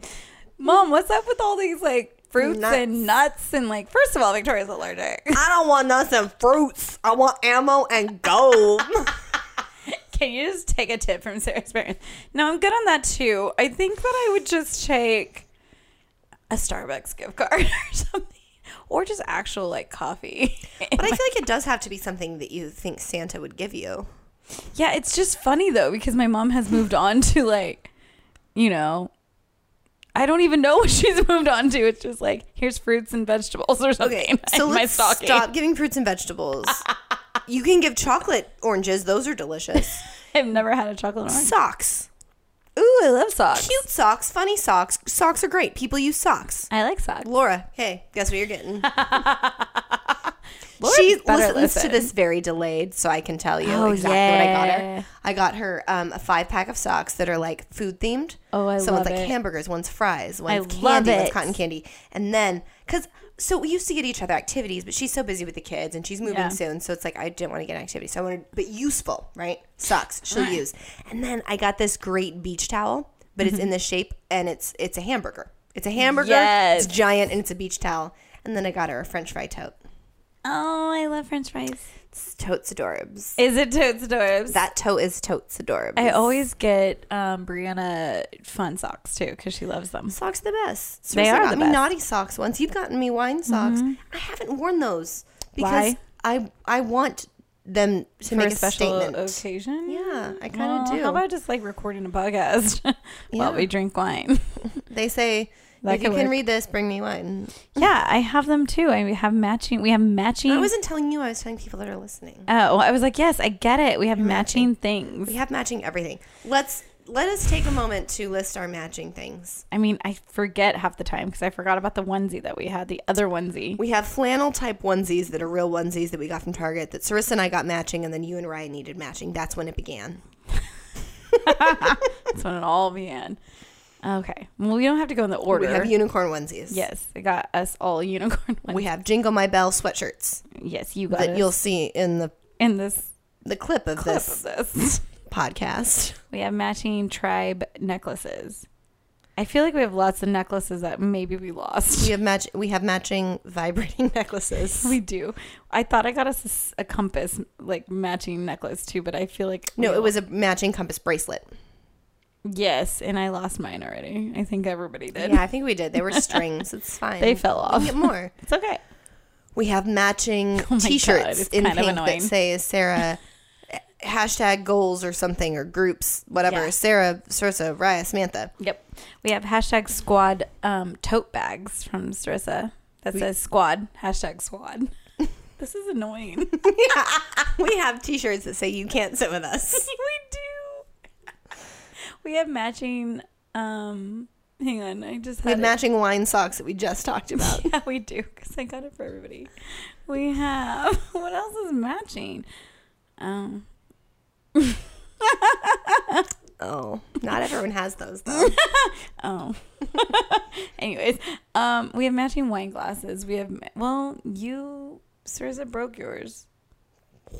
S2: like, Mom, what's up with all these like fruits
S1: Nuts.
S2: and nuts and like? First of all, Victoria's allergic.
S1: I don't want nothing fruits. I want ammo and gold.
S2: Can you just take a tip from Sarah's parents? No, I'm good on that too. I think that I would just take a Starbucks gift card or something, or just actual like coffee.
S1: but I feel like it does have to be something that you think Santa would give you.
S2: Yeah, it's just funny though because my mom has moved on to like, you know, I don't even know what she's moved on to. It's just like here's fruits and vegetables or something.
S1: Okay,
S2: in
S1: so
S2: my
S1: let's
S2: stocking.
S1: stop giving fruits and vegetables. you can give chocolate oranges; those are delicious.
S2: I've never had a chocolate orange.
S1: Socks,
S2: Ooh, I love socks.
S1: cute socks, funny socks. Socks are great. People use socks.
S2: I like socks.
S1: Laura, hey, guess what you're getting?
S2: Laura
S1: she listens
S2: better
S1: to
S2: listen.
S1: this very delayed, so I can tell you
S2: Oh,
S1: exactly what I got
S2: yeah.
S1: her. I got her um, a five pack of socks that are like food themed.
S2: Oh, I
S1: so
S2: love
S1: one's like
S2: it.
S1: hamburgers, one's fries, one's candy,
S2: love
S1: one's
S2: it.
S1: cotton candy, and then because so we used to get each other activities, but she's so busy with the kids and she's moving
S2: Yeah.
S1: soon, so it's like I didn't want to get an activity, so I wanted but useful, right? Socks she'll use, and then I got this great beach towel, but
S2: Mm-hmm.
S1: it's in the shape and it's it's a hamburger. It's a hamburger.
S2: Yes.
S1: It's giant and it's a beach towel. And then I got her a French fry tote.
S2: Oh, I love French fries.
S1: It's totes adorbs.
S2: Is it totes adorbs?
S1: That toe is totes adorable.
S2: I always get um, Brianna fun socks too because she loves them.
S1: socks are the best.
S2: They are
S1: got
S2: the
S1: me
S2: best. Mm-hmm.
S1: naughty socks once. You've gotten me wine socks. I haven't worn those because
S2: Why?
S1: I I want them to
S2: For
S1: make
S2: a
S1: a,
S2: special
S1: statement.
S2: occasion.
S1: Yeah, I kind of
S2: Well,
S1: do.
S2: How about just like recording a podcast
S1: Yeah.
S2: while we drink wine?
S1: they say
S2: That
S1: if you
S2: could
S1: can
S2: work.
S1: read this, bring me wine.
S2: Yeah, I have them too. I have matching. We have matching.
S1: I wasn't telling you. I was telling people that are listening.
S2: oh, I was like, yes, I get it. We have matching things.
S1: We have matching everything. Let's let us take a moment to list our matching things.
S2: I mean, I forget half the time because I forgot about the onesie that we had, the other onesie.
S1: We have flannel type onesies that are real onesies that we got from Target that Sarissa and I got matching, and then you and Ryan needed matching. That's when it began.
S2: That's when it all began. Okay. Well, we don't have to go in the order.
S1: We have unicorn onesies.
S2: yes, I got us all unicorn ones.
S1: We have Jingle My Bell sweatshirts
S2: yes, you got
S1: that
S2: us
S1: you'll see in the,
S2: in this
S1: the clip of
S2: clip
S1: this
S2: of this.
S1: podcast.
S2: we have matching tribe necklaces. I feel like we have lots of necklaces that maybe we lost.
S1: We have match we have matching vibrating necklaces.
S2: We do. I thought I got us a s- a, compass, like matching necklace too, but I feel like
S1: No,
S2: we
S1: it
S2: all-
S1: was a matching compass bracelet.
S2: yes, and I lost mine already. I think everybody did.
S1: Yeah, I think we did. They were strings. It's fine.
S2: They fell
S1: We can
S2: off.
S1: get more.
S2: It's okay.
S1: We have matching
S2: my God,
S1: T-shirts
S2: it's
S1: in
S2: kind of
S1: pink that
S2: annoying.
S1: say Sarah hashtag goals or something or groups whatever
S2: Yeah.
S1: Sarah Sarsa Raya Samantha.
S2: Yep. We have hashtag squad um, tote bags from Sarissa that says squad hashtag squad. this is annoying. we
S1: we have T-shirts that say you can't sit with us.
S2: do. we have matching. Um, hang on, I just
S1: We
S2: had
S1: have
S2: it.
S1: matching wine socks that we just talked about.
S2: Yeah, we do because I got it for everybody. We have what else is matching? Um,
S1: Oh, not everyone has those though.
S2: oh. Anyways, um, we have matching wine glasses. We have ma- well, you Sarissa broke yours,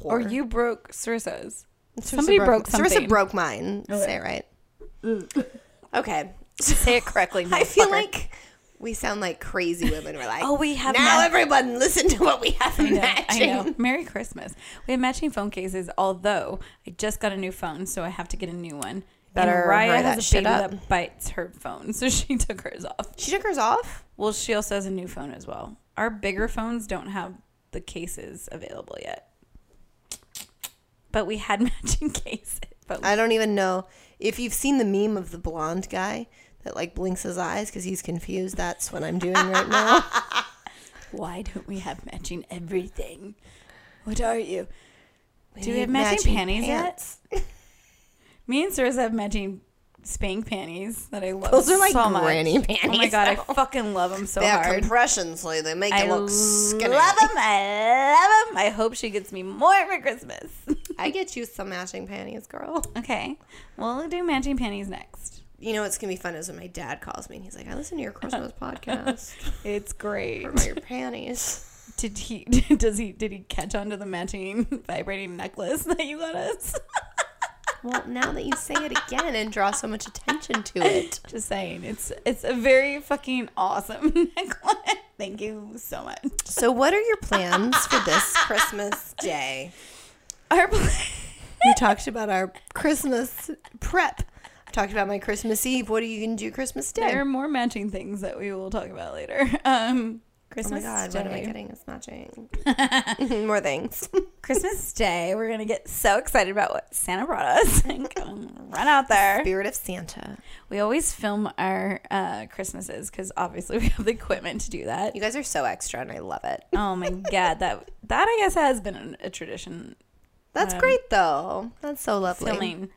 S2: or you broke Sarissa's.
S1: Sarissa
S4: Somebody broke something.
S1: Sarissa broke mine. Say it right. okay.
S4: Say it correctly.
S1: I feel
S4: motherfucker.
S1: like we sound like crazy women. We're like,
S2: Oh, we have
S1: now.
S2: ma-
S1: everyone, listen to what we have
S2: I
S1: in
S2: know, I know.
S1: matching.
S2: Merry Christmas. We have matching phone cases, although I just got a new phone, so I have to get a new one.
S1: Better
S2: and
S1: hurry
S2: Raya
S1: that
S2: has a
S1: shit
S2: baby
S1: up.
S2: that bites her phone, so she took hers off.
S1: She took hers off.
S2: Well, she also has a new phone as well. Our bigger phones don't have the cases available yet, but we had matching cases. But
S1: I don't even know if you've seen the meme of the blonde guy that like blinks his eyes because he's confused. That's what I'm doing right now.
S2: why don't we have matching everything? What are you? Do we
S1: need
S2: have matching, panties
S1: pants.
S2: yet? Me and Sarah have matching spank panties that I love.
S1: Those are like
S2: so much.
S1: granny
S2: Oh my
S1: panties,
S2: god, I fucking love them so
S1: They have
S2: hard.
S1: compression, so they make
S2: I
S1: you
S2: love
S1: look
S2: them.
S1: skinny.
S2: I love them. I hope she gets me more for Christmas.
S1: I get you some matching panties, girl.
S2: okay, well, we'll do matching panties next.
S1: You know what's gonna be fun is when my dad calls me and he's like, "I listen to your Christmas podcast
S2: It's great.
S1: about your panties."
S2: Did he? Does he? Did he catch on to the matching vibrating necklace that you got us?
S1: Well, now that you say it again and draw so much attention to it,
S2: Just saying, it's it's a very fucking awesome necklace. Thank you so much.
S1: so what are your plans for this Christmas day?
S2: Our plan-
S1: We talked about our Christmas prep. I talked about my Christmas Eve. What are you gonna do Christmas Day?
S2: there are more matching things that we will talk about later. Um,
S1: oh my
S2: Christmas
S1: God!
S2: Day.
S1: What am I getting? It's matching. More things.
S2: Christmas Day, we're gonna get so excited about what Santa brought us and go and run out there.
S1: Spirit of Santa.
S2: We always film our uh, Christmases because obviously we have the equipment to do that.
S1: You guys are so extra, and I love it.
S2: Oh my god, that that I guess has been an- a tradition
S1: That's
S2: Um,
S1: great, though. That's so lovely.
S2: filming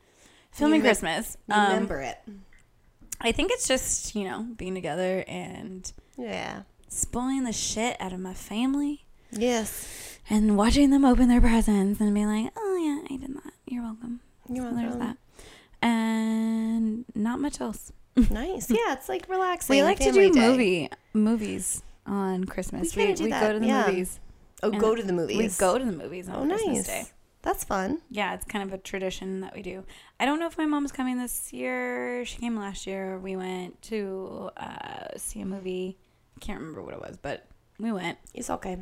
S2: filming
S1: Remem-
S2: Christmas. Um,
S1: Remember it.
S2: I think it's just you know being together and
S1: Yeah.
S2: spoiling the shit out of my family
S1: Yes.
S2: and watching them open their presents and be like, oh yeah, I did that. You're welcome.
S1: You're
S2: So there's
S1: welcome.
S2: that, and not much else.
S1: Nice. Yeah, it's like relaxing.
S2: we like to
S1: family
S2: do
S1: day.
S2: movie movies on Christmas.
S1: We
S2: We,
S1: kinda
S2: we,
S1: do that,
S2: go to the
S1: yeah.
S2: movies.
S1: Oh,
S2: and
S1: go to the movies.
S2: We go to the movies on
S1: Oh,
S2: Christmas
S1: nice.
S2: Day.
S1: That's fun.
S2: Yeah, it's kind of a tradition that we do. I don't know if my mom's coming this year. She came last year. We went to uh, see a movie. I can't remember what it was, but we went.
S1: It's okay.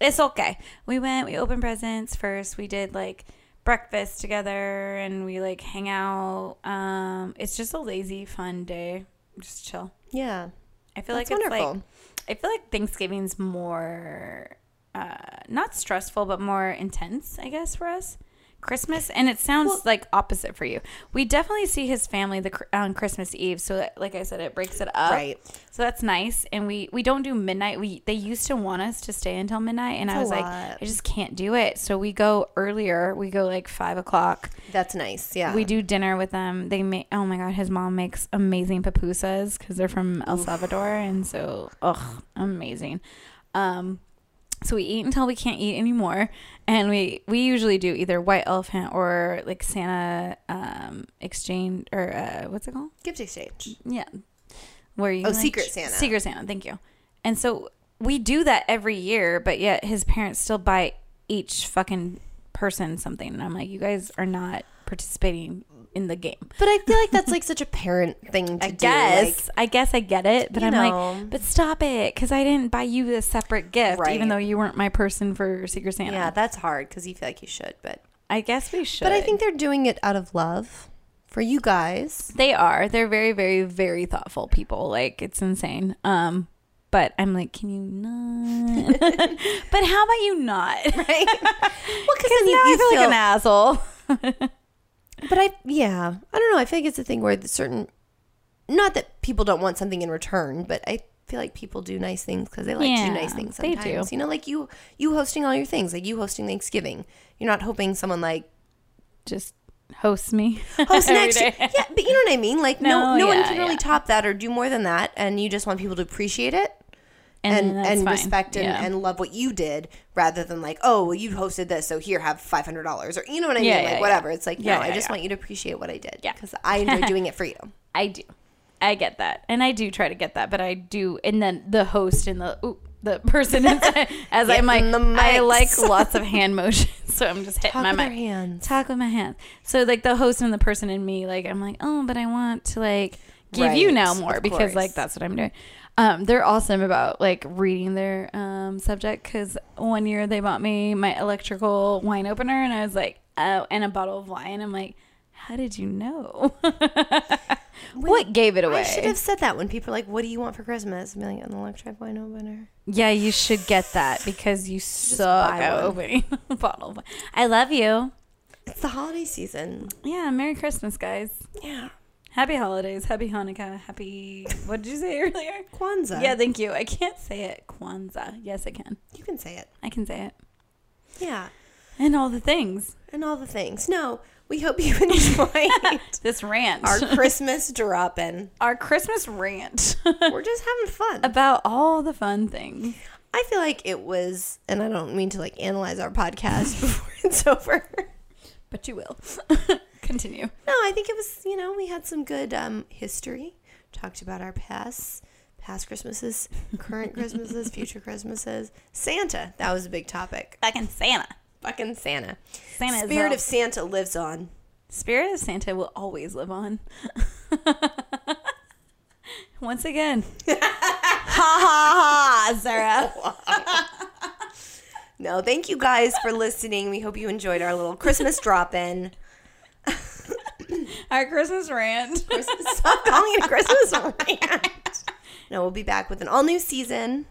S2: It's okay. We went. We opened presents first. We did like breakfast together, and we like hang out. Um, it's just a lazy, fun day. Just chill.
S1: Yeah.
S2: I feel
S1: That's
S2: like it's
S1: wonderful.
S2: like I feel like Thanksgiving's more uh, not stressful, but more intense, I guess, for us. Christmas, and it sounds like opposite for you. We definitely see his family the cr- on Christmas Eve, so that, like I said, it breaks it up.
S1: Right.
S2: So that's nice, and we we don't do midnight. We they used to want us to stay until midnight, and I
S1: a
S2: was like,
S1: lot.
S2: I just can't do it. So we go earlier. We go like five o'clock.
S1: That's nice. Yeah.
S2: We do dinner with them. They make oh my god, his mom makes amazing pupusas because they're from El Salvador, and so ugh, amazing. Um, so we eat until we can't eat anymore, and we we usually do either white elephant or like Santa um exchange or uh, what's it called?
S1: gift exchange.
S2: Yeah. Where you
S1: Oh,
S2: like,
S1: Secret
S2: ch-
S1: Santa.
S2: Secret Santa, thank you. And so we do that every year, but yet his parents still buy each fucking person something. And I'm like, you guys are not participating in the game.
S1: But I feel like that's like such a parent thing to
S2: I
S1: do.
S2: guess. I guess I get it, but
S1: You
S2: I'm
S1: know.
S2: like, but stop it cuz I didn't buy you a separate gift
S1: Right.
S2: even though you weren't my person for Secret Santa.
S1: yeah, that's hard because you feel like you should, but
S2: I guess we should.
S1: but I think they're doing it out of love for you guys.
S2: They are. They're very, very, very thoughtful people. Like it's insane. Um, but I'm like, can you not? but how about you not? Because
S1: Right. well, because
S2: now I feel, like an asshole.
S1: But I, yeah, I don't know. I feel like it's a thing where the certain, not that people don't want something in return, but I feel like people do nice things because they like to do
S2: Yeah,
S1: nice things
S2: they do.
S1: sometimes. You know, like you, you hosting all your things, like you hosting Thanksgiving. You're not hoping someone like
S2: Just host me.
S1: host
S2: Every
S1: next year.
S2: day.
S1: Yeah, but you know what I mean. Like no, no,
S2: No,
S1: one
S2: yeah,
S1: can really
S2: yeah.
S1: top that or do more than that, and you just want people to appreciate it. And and,
S2: that's fine.
S1: respect and,
S2: Yeah.
S1: and love what you did rather than like oh well, you hosted this so here have five hundred dollars or you know what I
S2: Yeah,
S1: mean
S2: yeah,
S1: like
S2: yeah.
S1: whatever it's like
S2: Yeah,
S1: no
S2: yeah,
S1: I just
S2: yeah.
S1: want you to appreciate what I did
S2: Yeah.
S1: because I enjoy doing it for you
S2: I do. I get that, and I do try to get that, but I do. And then the host and the ooh, the person inside as I
S1: Hitting
S2: mic.
S1: the
S2: I
S1: mics.
S2: like lots of hand motions, so I'm just hitting
S1: Talk
S2: my
S1: with
S2: mic.
S1: your hands.
S2: Talk with my hands. So like the host and the person in me, like I'm like, oh, but I want to like give you
S1: Right,
S2: now more
S1: of
S2: because like
S1: course.
S2: that's what I'm doing. Um, they're awesome about like reading their um, subject because one year they bought me my electrical wine opener and I was like, oh, and a bottle of wine. I'm like, how did you know? what gave it away?
S1: I should have said that when people are like, "What do you want for Christmas?" I'd be like, "An electric wine opener."
S2: Yeah, you should get that because you suck
S1: buy
S2: at
S1: one.
S2: opening a bottle. of wine. I love you.
S1: It's the holiday season.
S2: Yeah, Merry Christmas, guys.
S1: Yeah,
S2: Happy holidays. Happy Hanukkah. Happy. What did you say earlier?
S1: Kwanzaa.
S2: Yeah, thank you. I can't say it. Kwanzaa. Yes, I can.
S1: you can say it.
S2: I can say it.
S1: Yeah,
S2: And all the things.
S1: and all the things. No, we hope you enjoyed
S2: This rant.
S1: our
S2: Our,
S1: Christmas drop-in.
S2: our Christmas rant
S1: We're just having fun.
S2: about all the fun things.
S1: I feel like it was, and I don't mean to like analyze our podcast before it's over.
S2: But you will. Continue.
S1: No, I think it was, you know, we had some good um, history, talked about our past, past Christmases, current Christmases, future Christmases, Santa. That was a big topic.
S2: Fucking Santa.
S1: Fucking Santa.
S2: Santa is
S1: Spirit
S2: all-
S1: of Santa lives on.
S2: Spirit of Santa will always live on. Once again. ha ha ha, Zara.
S1: No, thank you guys for listening. We hope you enjoyed our little Christmas drop in.
S2: Our Christmas rant.
S1: Stop calling it a Christmas rant. No, we'll be back with an all new season.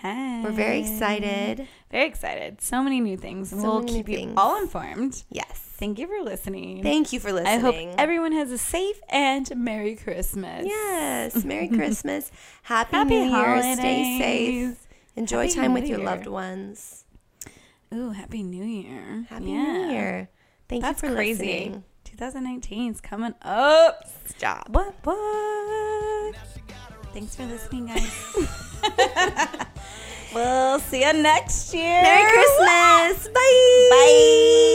S2: Hey.
S1: We're very excited.
S2: Very excited. So many new things. and we'll
S1: many
S2: keep you
S1: things.
S2: all informed.
S1: Yes.
S2: Thank you for listening.
S1: Thank you for
S2: I
S1: listening.
S2: hope everyone has a safe and Merry Christmas.
S1: Yes. Merry Christmas. Happy,
S2: Happy
S1: New Year. Stay
S2: holidays.
S1: safe. Enjoy
S2: Happy
S1: time
S2: New
S1: with your
S2: Year.
S1: loved ones.
S2: Ooh, Happy New Year.
S1: Happy
S2: Yeah.
S1: New Year. Thank
S2: That's
S1: you for
S2: crazy.
S1: listening.
S2: 2019 is coming up.
S1: Stop.
S2: What? What? Thanks for listening, guys. we'll see you next year.
S1: Merry Christmas. Bye. Bye.